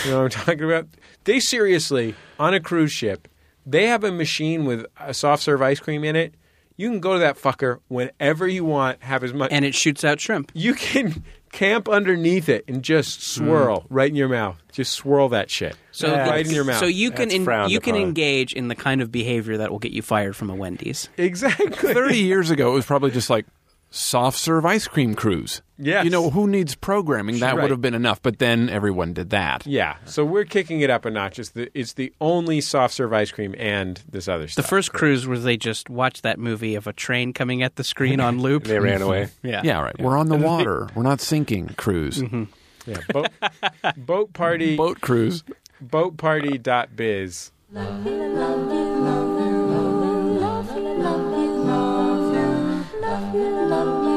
You know what I'm talking about? They seriously, on a cruise ship, they have a machine with a soft serve ice cream in it. You can go to that fucker whenever you want, have as much. And it shoots out shrimp. you can camp underneath it and just swirl right in your mouth. Just swirl that shit. right in your mouth. Mm. So you can That's en- frowned you can upon. engage in the kind of behavior that will get you fired from a Wendy's. exactly. 30 years ago, it was probably just like soft serve ice cream cruise. Yes. You know, who needs programming? That Right. would have been enough, but then everyone did that. Yeah. So we're kicking it up a notch. It's the it's the only soft serve ice cream and this other The stuff. first cruise was they just watched that movie of a train coming at the screen on loop. They ran away. Yeah. Yeah, right. We're on the water. We're not sinking cruise. Mm-hmm. yeah, boat, boat party Boat cruise. boatparty.biz. Love you, love you, love you, love you, love you, love you, love you, love you, love you, love you, love you, love you, love you, love you, love you, love you, love you, love you, love you.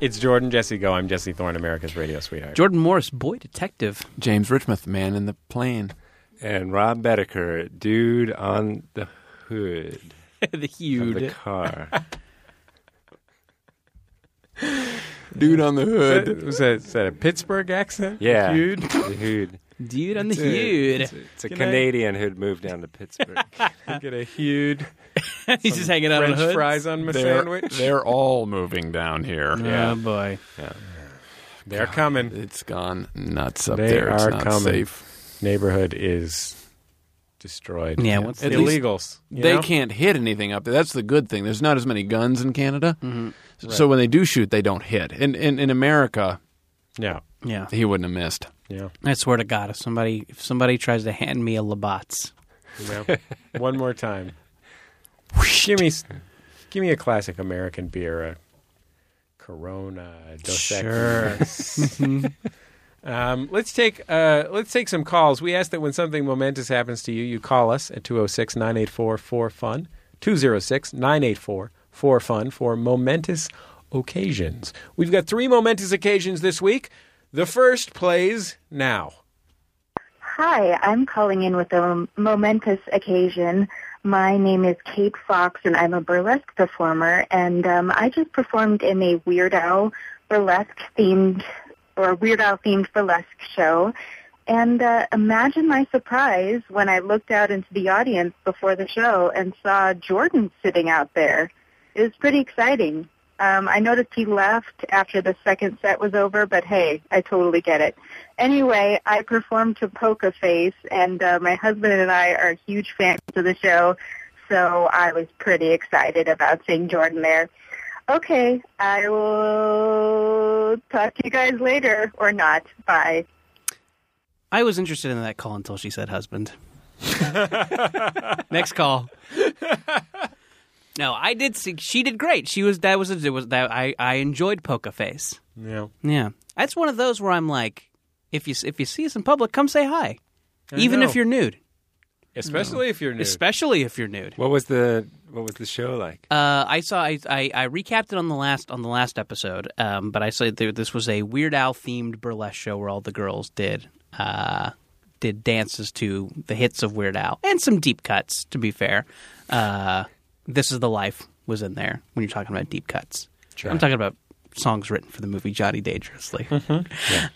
It's Jordan Jesse Go. I'm Jesse Thorne, America's radio sweetheart. Jordan Morris, boy detective. James Richmouth, man in the plane. And Rob Bedecker, dude on the hood the of the huge. car. Dude on the Is hood. that- was that, is that a Pittsburgh accent? Yeah. Dude? The hood. Dude on the Dude. huge. It's a, it's a Can I- Canadian who'd moved down to Pittsburgh. Get a huge He's just hanging out on French hoods. fries on my sandwich. They're all moving down here. Oh boy. They're coming. It's gone nuts up They there. It's are not coming. safe. Neighborhood is destroyed. Yeah, once It's At least illegals. you they know? can't hit anything up there. That's the good thing. There's not as many guns in Canada. Mm-hmm. So when they do shoot, they don't hit. In, in in America, No. Yeah. he wouldn't have missed. Yeah. I swear to God, if somebody if somebody tries to hand me a Labatt's, You know? One more time. give me s- give me a classic American beer, a Corona, a Dos Equis. Um, let's take uh, let's take some calls. We ask that when something momentous happens to you, you call us at 206-984-4FUN, 206-984-4FUN for momentous occasions. We've got three momentous occasions this week. The first plays now. Hi, I'm calling in with a momentous occasion. My name is Kate Fox, and I'm a burlesque performer. And um, I just performed in a Weird Al burlesque themed or Weird Al themed burlesque show. And uh, imagine my surprise when I looked out into the audience before the show and saw Jordan sitting out there. It was pretty exciting. Um, I noticed he left after the second set was over, but hey, I totally get it. Anyway, I performed to Polka Face, and uh, my husband and I are huge fans of the show, so I was pretty excited about seeing Jordan there. Okay, I will talk to you guys later, or not. Bye. I was interested in that call until she said husband. Next call. No, I did see. She did great. She was that was a, it was that I I enjoyed Poker Face. Yeah. Yeah, that's one of those where I'm like, if you if you see us in public, come say hi, I even know. if you're nude, Especially if you're new. especially if you're nude. What was the what was the show like? Uh, I saw I, I I recapped it on the last on the last episode, um, but I said there, this was a Weird Al themed burlesque show where all the girls did uh, did dances to the hits of Weird Al and some deep cuts. To be fair, uh, This Is the Life was in there when you're talking about deep cuts. I'm talking about songs written for the movie Johnny Dangerously. Yeah.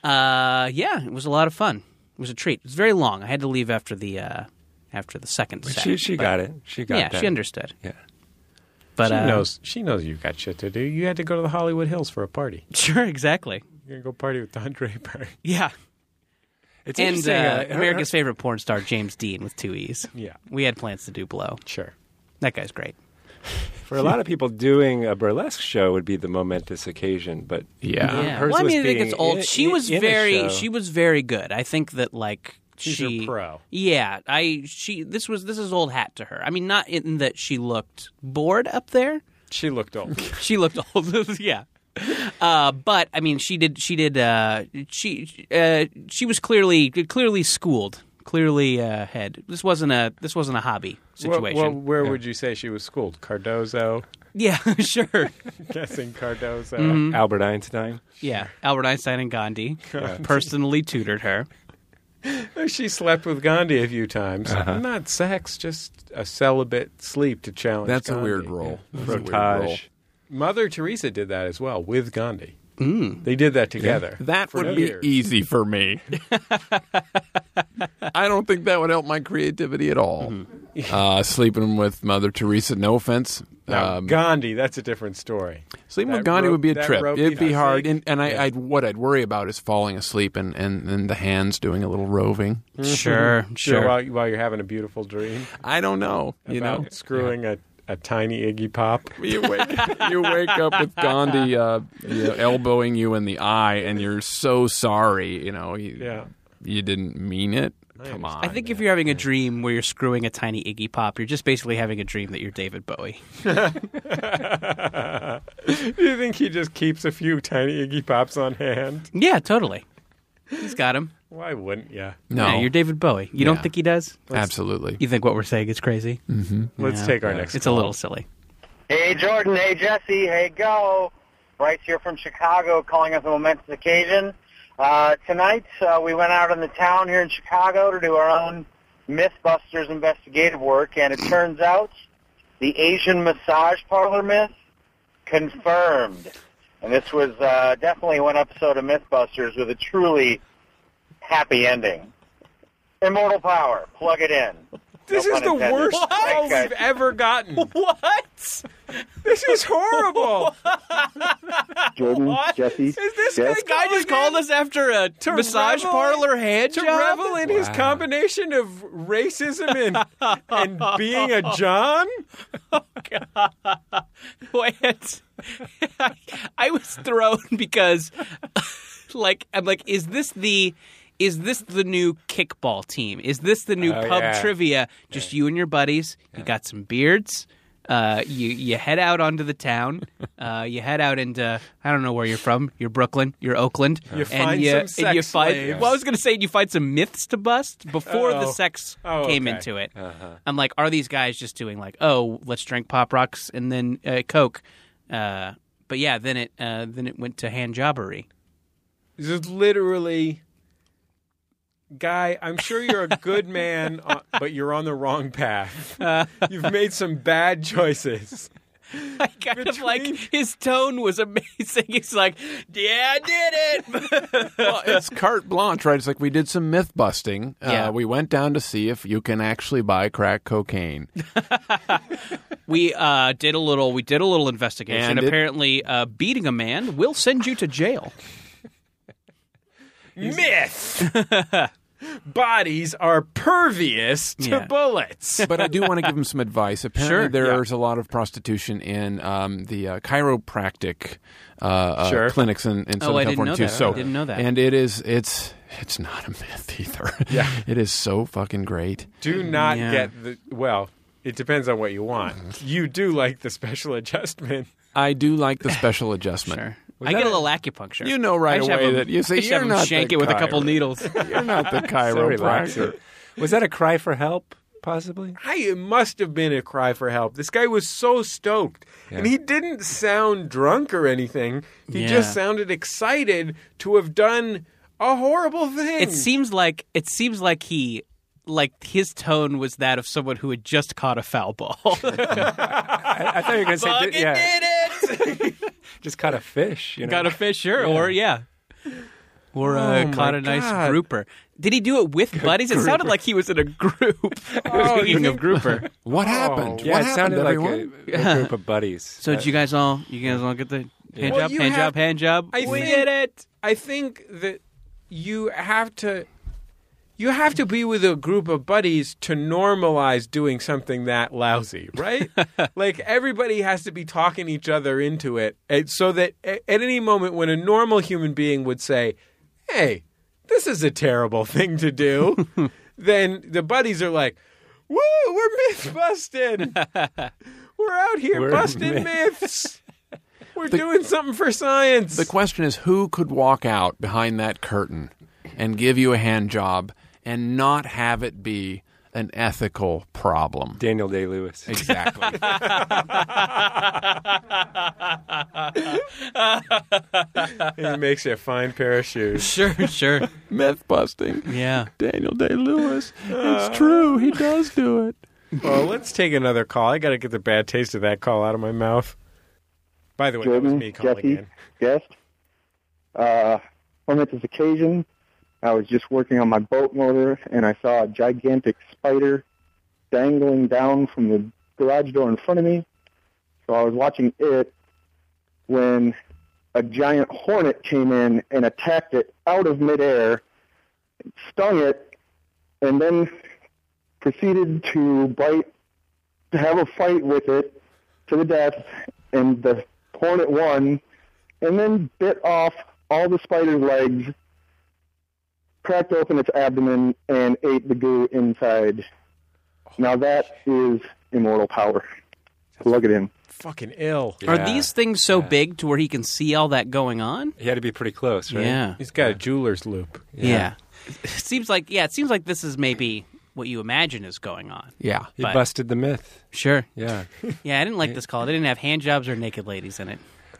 Uh, yeah, it was a lot of fun. It was a treat. It was very long. I had to leave after the uh, after the second set. She she but- got it. She got yeah, that. she understood. Yeah. But she uh, knows. She knows you've got shit to do. You had to go to the Hollywood Hills for a party. Sure, exactly. You're gonna go party with Don Draper. Yeah. It's and interesting, uh, uh, her- America's favorite porn star, James Dean, with two E's. Yeah. We had plans to do blow. Sure. That guy's great. For a lot of people, doing a burlesque show would be the momentous occasion, but Yeah. Yeah. Uh-huh. hers Well, I was mean, I think being it's old. in- she in- was in a very, show. she was very good. I think that like She's she, your pro. Yeah, I she this was this is old hat to her. I mean, not in that she looked bored up there. She looked old. She looked old. yeah. Uh, but I mean, she did. She did. Uh, she uh, she was clearly clearly schooled. Clearly uh, had this wasn't a this wasn't a hobby situation. Well, well, where would you say she was schooled? Cardozo. yeah, sure. Guessing Cardozo. Mm-hmm. Albert Einstein. Yeah, Albert Einstein and Gandhi personally tutored her. She slept with Gandhi a few times. Uh-huh. Not sex, just a celibate sleep to challenge. That's a Gandhi. weird role. That's a weird role. Rotage. Mother Teresa did that as well with Gandhi. They did that together. Mm. That for would be years. easy for me. I don't think that would help my creativity at all. Uh, sleeping with Mother Teresa, no offense. Now, Um, Gandhi, that's a different story. sleeping that with Gandhi rope- would be a that trip. rope It'd you be just hard, like- and, and I, I'd, what I'd worry about is falling asleep and, and, and the hands doing a little roving. Sure, Sure. While, while you're having a beautiful dream I don't know. You about know, screwing a, a tiny Iggy Pop. you wake you wake up with Gandhi uh, you know, elbowing you in the eye, and you're so sorry. You know, you, Yeah. you didn't mean it. Come on. I think if you're having a dream where you're screwing a tiny Iggy Pop, you're just basically having a dream that you're David Bowie. Do you think he just keeps a few tiny Iggy Pops on hand? Yeah, totally. He's got him. Why wouldn't you? no, Yeah, you're David Bowie. You Yeah. don't think he does? absolutely. You think what we're saying is crazy? Let's Yeah. take our Yeah. next. It's a call. little silly. Hey Jordan, hey Jesse, hey Go. Bryce here from Chicago calling us a momentous occasion. Uh, tonight uh, we went out in the town here in Chicago to do our own Mythbusters investigative work and it turns out the Asian massage parlor myth confirmed. And this was uh, definitely one episode of Mythbusters with a truly happy ending. Immortal power, plug it in. This No is pun the intended. worst call Thanks, guys. we've ever gotten. What? This is horrible. Jordan, Jesse, Is this Jeff, Guy just called us after a massage revel- parlor hand to job? revel in his combination of racism and and being a John? Wait, I was thrown because, like, I'm like, is this the, is this the new kickball team? Is this the new Oh, pub yeah. trivia? Just you and your buddies. You got some beards. Uh, you you head out onto the town. Uh, you head out into I don't know where you're from. You're Brooklyn. You're Oakland. You find some and you sex find, slaves. Well, I was gonna say you find some myths to bust before the Oh. sex Oh, came okay. into to it. Uh-huh. I'm like, are these guys just doing like, oh, let's drink pop rocks and then uh, coke? Uh, but yeah, then it uh, then it went to hand jobbery. This is literally guy, I'm sure you're a good man, uh, but you're on the wrong path. You've made some bad choices. I kind of like his tone was amazing. He's like, "Yeah, I did it." well, it's carte blanche, right? It's like we did some myth busting. Yeah. Uh, we went down to see if you can actually buy crack cocaine. we uh, did a little. We did a little investigation. And it- Apparently, uh, beating a man will send you to jail. Myth. Bodies are pervious to Yeah. bullets. but I do want to give him some advice. Apparently, Sure, there's a lot of prostitution in um, the uh, chiropractic uh, uh, Sure. clinics in, in Southern Oh, I didn't California know too. that. So I didn't know that. And it is it's it's not a myth either. Yeah, it is so fucking great. Do not Yeah. Uh-huh. get the well. It depends on what you want. You do like the special adjustment. I do like the special adjustment. Sure. I get a little acupuncture. You know right I just have away him- that you say, I just "You're have him not the shank it with a couple chiropractor." needles. You're not the So chiropractor. relaxing. Was that a cry for help? Possibly. I it must have been a cry for help. This guy was so stoked, and he didn't sound drunk or anything. He Yeah. just sounded excited to have done a horrible thing. it seems like it seems like he like his tone was that of someone who had just caught a foul ball. I, I thought you were going to say, Fucking yeah, did it. just caught a fish. You know? Got a fish, sure, or yeah. Or uh, Oh my caught a nice God. grouper. Did he do it with buddies? It sounded like he was in a group. Oh, you Speaking of think- grouper, What happened? Oh, Yeah, what it happened, sounded like everyone? a, a group of buddies. uh, so did you guys all you guys all get the hand Well, job, you hand have- job, hand job? I we think- did it. I think that you have to you have to be with a group of buddies to normalize doing something that lousy, right? like everybody has to be talking each other into it, and so that a- at any moment when a normal human being would say, "Hey, this is a terrible thing to do," then the buddies are like, "Woo, we're myth busting. we're out here We're busting myths. We're doing something for science." The question is who could walk out behind that curtain and give you a hand job and not have it be an ethical problem? Daniel Day Lewis. Exactly. He makes you a fine pair of shoes. Sure, sure. Myth busting. Yeah. Daniel Day Lewis. It's true. He does do it. Well, let's take another call. I got to get the bad taste of that call out of my mouth. By the way, that was Jordan, me calling Jesse, in. guest. Uh, on this occasion, I was just working on my boat motor, and I saw a gigantic spider dangling down from the garage door in front of me. So I was watching it when a giant hornet came in and attacked it out of midair, stung it, and then proceeded to bite, to have a fight with it to the death, and the hornet won, and then bit off all the spider's legs, cracked open its abdomen, and ate the goo inside. Now that is immortal power. Plug it in. Fucking ill. Yeah. Are these things so big to where he can see all that going on? He had to be pretty close, right? Yeah. He's got a jeweler's loop. yeah. It seems like yeah, it seems like this is maybe what you imagine is going on. Yeah. He But- busted the myth. Sure. Yeah. Yeah, I didn't like this call. They didn't have hand jobs or naked ladies in it.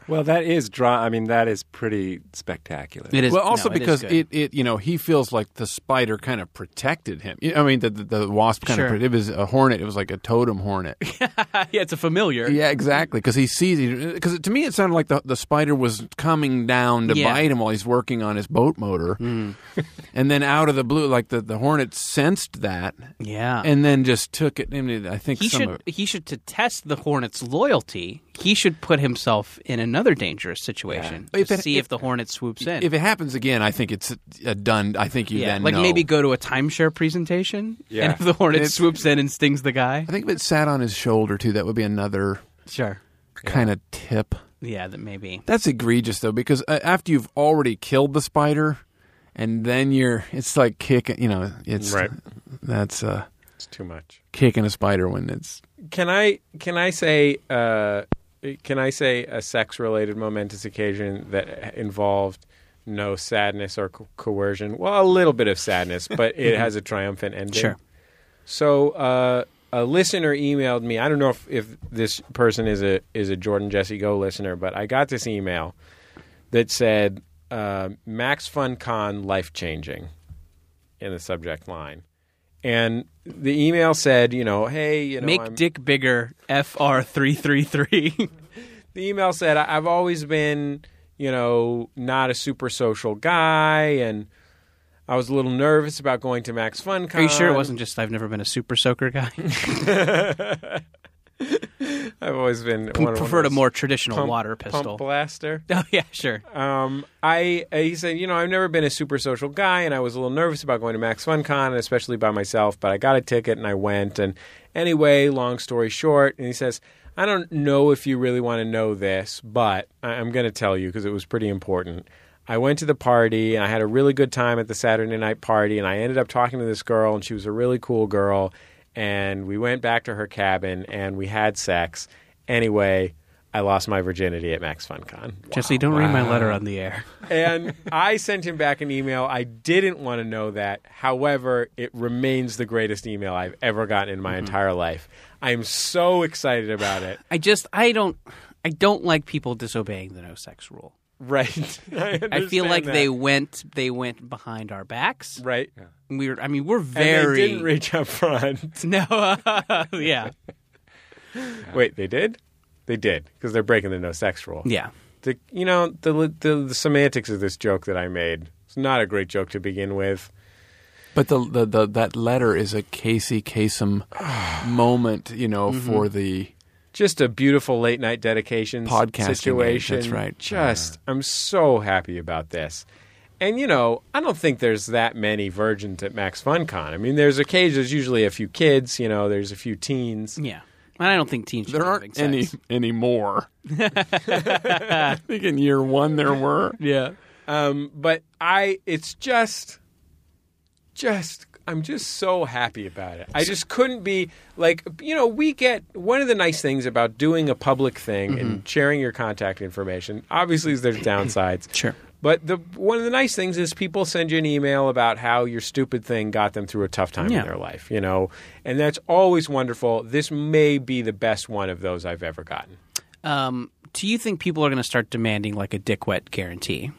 Well, that is draw. I mean, that is pretty spectacular. It is Well, also no, is because good. it, it, you know, he feels like the spider kind of protected him. I mean, the, the, the wasp kind Sure. of, it was a hornet. It was like a totem hornet. yeah, it's a familiar. Yeah, exactly. Because he sees, because to me it sounded like the, the spider was coming down to Yeah. Hmm. bite him while he's working on his boat motor. and then out of the blue, like the, the hornet sensed that Yeah. and then just took it. I, mean, I think Uh. he some should of it. he should to test the hornet's loyalty, he should put himself in another dangerous situation If to it- see if- if, the hornet swoops in. If it happens again, I think it's a done. I think you yeah, then like know. maybe go to a timeshare presentation, Yeah. and if the hornet It's- swoops in and stings the guy, I think if it sat on his shoulder too, that would be another sure, kind of tip. yeah, that maybe. That's egregious though, because uh, after you've already killed the spider, and then you're, it's like kicking. You know, it's Right. That's uh, It's too much. kicking a spider when it's Can I can I say uh, can I say a sex related momentous occasion that involved no sadness or co- coercion? Well, a little bit of sadness, but it has a triumphant ending. Mm-hmm. Sure. So uh, a listener emailed me. I don't know if, if this person is a is a Jordan Jesse Go listener, but I got this email that said uh, Max Fun Con life changing. in the subject line. And the email said, you know, hey, you know, Make I'm- dick bigger. Fr three three three. the email said I- I've always been, you know, not a super social guy, and I was a little nervous about going to Max FunCon. Are you sure it wasn't just I've never been a super soaker guy? I've always been one of- one Preferred of a those more traditional pump- water pump pistol. blaster. Oh yeah, sure. Um, I uh, he said, you know, I've never been a super social guy, and I was a little nervous about going to Max FunCon, and especially by myself. But I got a ticket and I went. And anyway, long story short, and he says, I don't know if you really want to know this, but I- I'm going to tell you because it was pretty important. I went to the party and I had a really good time at the Saturday night party, and I ended up talking to this girl, and she was a really cool girl. And we went back to her cabin and we had sex. Anyway, I lost my virginity at Max FunCon Jesse, don't read my letter on the air. and I sent him back an email. I didn't want to know that. However, it remains the greatest email I've ever gotten in my Mm-hmm. entire life. I'm so excited about it. I just I don't I don't like people disobeying the no sex rule. Right. I, I feel understand like that. they went they went behind our backs. Right. We were I mean we're And very they didn't reach up front. no yeah Wait, they did? They did because they're breaking the no sex rule. yeah The, you know the, the the semantics of this joke that I made. It's not a great joke to begin with. But the, the, the that letter is a Casey Kasem moment, you know, Mm-hmm. for the just a beautiful late night dedication s- Podcasting, right? situation. That's right. Just, I'm so happy about this. And you know, I don't think there's that many virgins at Max FunCon. I mean, there's occasions, there's usually a few kids. You know, there's a few teens. yeah. And I don't think teens. should there be having aren't sex. any anymore. I think in year one there were. Yeah. Um, but I, it's just, just, I'm just so happy about it. I just couldn't be like, you know, we get one of the nice things about doing a public thing Mm-hmm. and sharing your contact information. Obviously, there's downsides. Sure. But the one of the nice things is people send you an email about how your stupid thing got them through a tough time Yeah. in their life, you know, and that's always wonderful. This may be the best one of those I've ever gotten. Um, do you think people are going to start demanding like a dick wet guarantee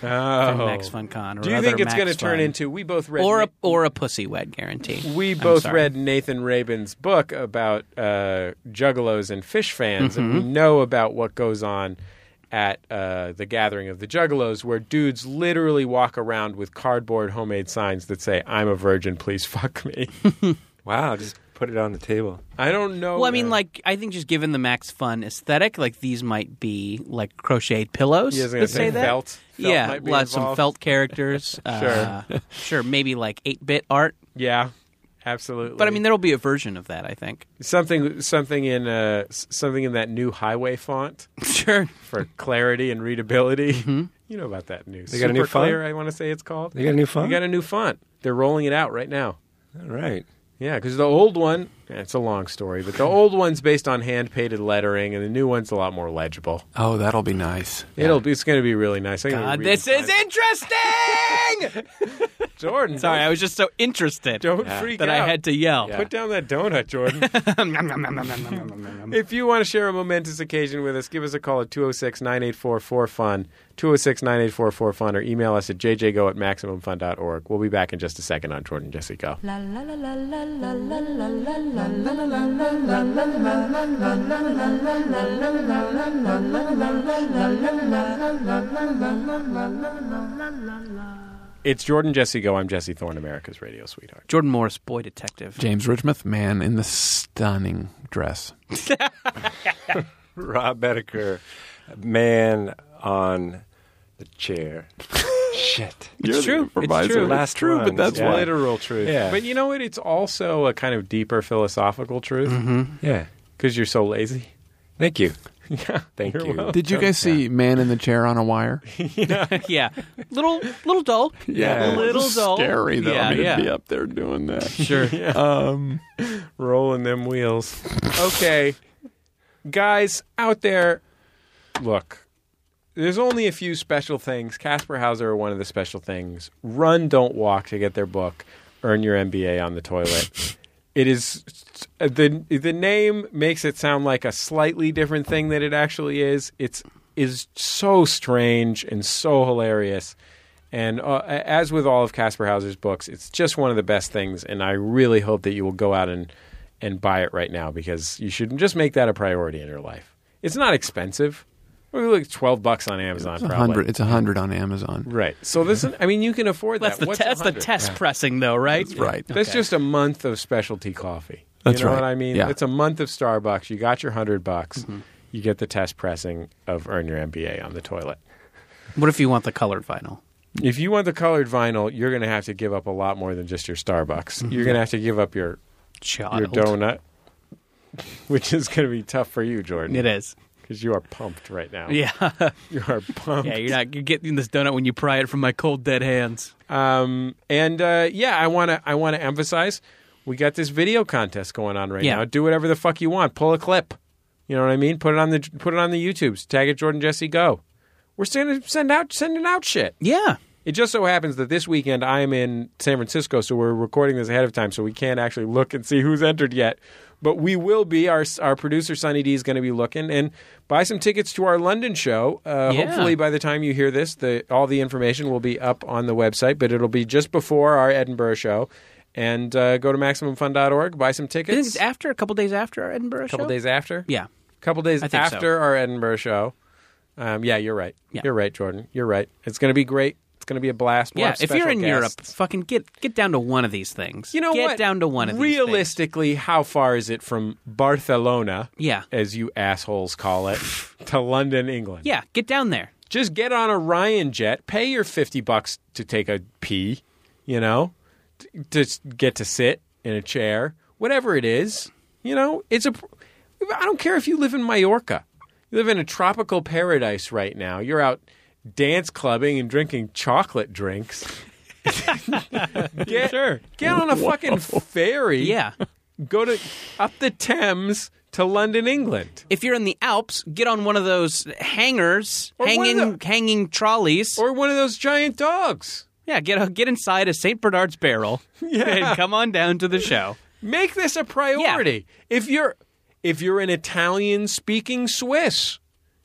from Oh. Max FunCon? Or Do you other think it's Max going to turn Fun? into we both read or a Na- or a pussy wet guarantee? we I'm both sorry. read Nathan Rabin's book about uh, juggalos and fish fans, and we Mm-hmm. know about what goes on at uh, the gathering of the juggalos, where dudes literally walk around with cardboard homemade signs that say "I'm a virgin, please fuck me." Wow, just put it on the table. I don't know. Well, I mean, like I think just given the Max Fun aesthetic, like these might be like crocheted pillows. He is that going to say that. felt. Felt yeah, might be lot- some involved. felt characters. uh, sure, maybe like eight bit art. Yeah, absolutely. But I mean, there'll be a version of that. I think. something something in uh, s- something in that new highway font Sure. for clarity and readability. Mm-hmm. You know about that new? They got a new Super clear, font? I want to say it's called. They got a new font? They got a new font. They're rolling it out right now. All right. Yeah, because the old one, yeah, it's a long story, but the old one's based on hand painted lettering, and the new one's a lot more legible. Oh, that'll be nice. It'll be, it's going to be really nice. I'm gonna God, read this the is interesting. font. Jordan. Sorry, I don't- was just so interested don't freak that out. I had to yell. put down that donut, Jordan. If you want to share a momentous occasion with us, give us a call at 206 984 4FUN, 206 984 4FUN, or email us at jjgo at MaximumFun.org. We'll be back in just a second on Jordan Jesse Go. It's Jordan Jesse Go. I'm Jesse Thorne, America's radio sweetheart. Jordan Morris, boy detective. James Richmouth, man in the stunning dress. Rob Bedecker, man on the chair. Shit. You're true. It's true. It's Last true, but one. that's Yeah. why. Literal truth. Yeah. But you know what? It's also a kind of deeper philosophical truth Mm-hmm. Yeah. because you're so lazy. Thank you. Yeah. Thank you're you. welcome. Did you guys see Man in the Chair on a Wire? yeah, little little dull. Yeah. little dull. Scary though. Yeah, I mean, to yeah. be up there doing that. Sure. Um, rolling them wheels. okay, guys out there, look. There's only a few special things. Casper Hauser are one of the special things. Run, don't walk to get their book. Earn your MBA on the toilet. it is the the name makes it sound like a slightly different thing than it actually is. It's is so strange and so hilarious, And uh, as with all of Casper Hauser's books, it's just one of the best things. And I really hope that you will go out and, and buy it right now because you should just make that a priority in your life. It's not expensive. We look twelve bucks on Amazon. It's a probably. hundred. It's a hundred on Amazon. Right. So this, is, I mean, you can afford That's that. the What's te- that's the 100? test pressing though, right? That's right. That's just a month of specialty coffee. That's you know right. what I mean? Yeah. It's a month of Starbucks. You got your hundred bucks. Mm-hmm. You get the test pressing of Earn Your MBA on the toilet. What if you want the colored vinyl? If you want the colored vinyl, you're going to have to give up a lot more than just your Starbucks. Mm-hmm. You're going to have to give up your your Child. donut, which is going to be tough for you, Jordan. It is. because you are pumped right now. Yeah. you are pumped. yeah, you're not you're getting this donut when you pry it from my cold dead hands. Um, and uh, yeah, I want to I want to emphasize we got this video contest going on right Yeah. now. Do whatever the fuck you want. Pull a clip. You know what I mean? Put it on the put it on the YouTubes. Tag it Jordan Jesse Go. We're sending send out sending out shit. Yeah. It just so happens that this weekend I am in San Francisco, so we're recording this ahead of time, so we can't actually look and see who's entered yet. But we will be. Our our producer Sunny D is going to be looking and buy some tickets to our London show. Uh, Yeah. Hopefully, by the time you hear this, the all the information will be up on the website, but it'll be just before our Edinburgh show. And uh, go to maximumfun.org, buy some I think it's tickets. A after a couple days after our Edinburgh couple show? days after, Yeah. couple days I think so. after our Edinburgh show. Um, yeah, you're right. Yeah. You're right, Jordan. You're right. It's going to be great. It's going to be a blast. We'll yeah, have if you're special in guests. Europe, fucking get get down to one of these things. You know get what? down to one of these Realistically, how far is it from Barcelona, things. Yeah. as you assholes call it, to London, England? Yeah, get down there. Just get on a Ryan jet, pay your 50 bucks to take a pee, you know, t- just get to sit in a chair, whatever it is. You know, it's a pr- I don't care if you live in Mallorca. You live in a tropical paradise right now. You're out dance clubbing and drinking chocolate drinks. get, sure. Get on a fucking ferry Yeah. go to up the Thames to London, England, If you're in the Alps, get on one of those hangers, Or one of hanging the- hanging trolleys. or one of those giant dogs. yeah, get get inside a St. Bernard's barrel and come on down to the show. Make this a priority. If you're if you're an Italian speaking Swiss,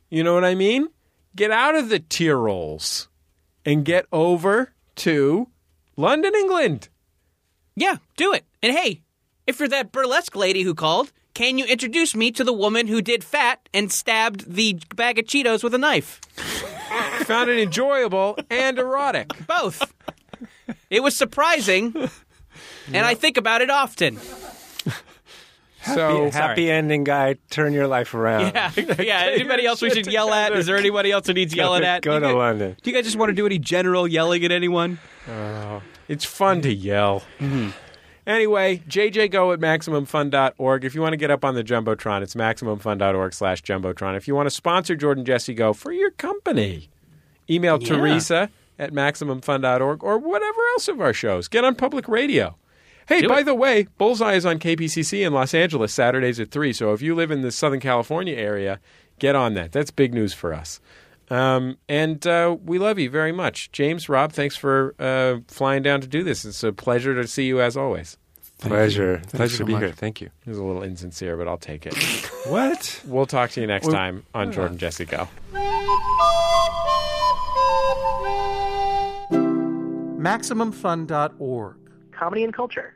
you know what I mean? Get out of the Tyrols and get over to London, England. Yeah, do it. And hey, if you're that burlesque lady who called, can you introduce me to the woman who did fat and stabbed the bag of Cheetos with a knife? Found it enjoyable and erotic. Both. it was surprising, and I think about it often. so Happy ending guy, turn your life around. Yeah, yeah. Anybody else we should yell at? Is there anybody else that needs yelling at? Go You to guys- London. Do you guys just want to do any general yelling at anyone? It's fun to yell. Anyway, jjgo at MaximumFun.org. If you want to get up on the Jumbotron, it's MaximumFun.org slash Jumbotron. If you want to sponsor Jordan Jesse Go for your company, email Teresa at MaximumFun.org or whatever else of our shows. Get on public radio. Hey, by the way, Bullseye is on KPCC in Los Angeles Saturdays at 3. So if you live in the Southern California area, get on that. That's big news for us. Um, and uh, we love you very much. James, Rob, thanks for uh, flying down to do this. It's a pleasure to see you as always. Pleasure. Pleasure so to be much. here. Thank you. It was a little insincere, but I'll take it. What? we'll talk to you next time on Jordan Jesse Go. MaximumFun.org. Comedy and culture.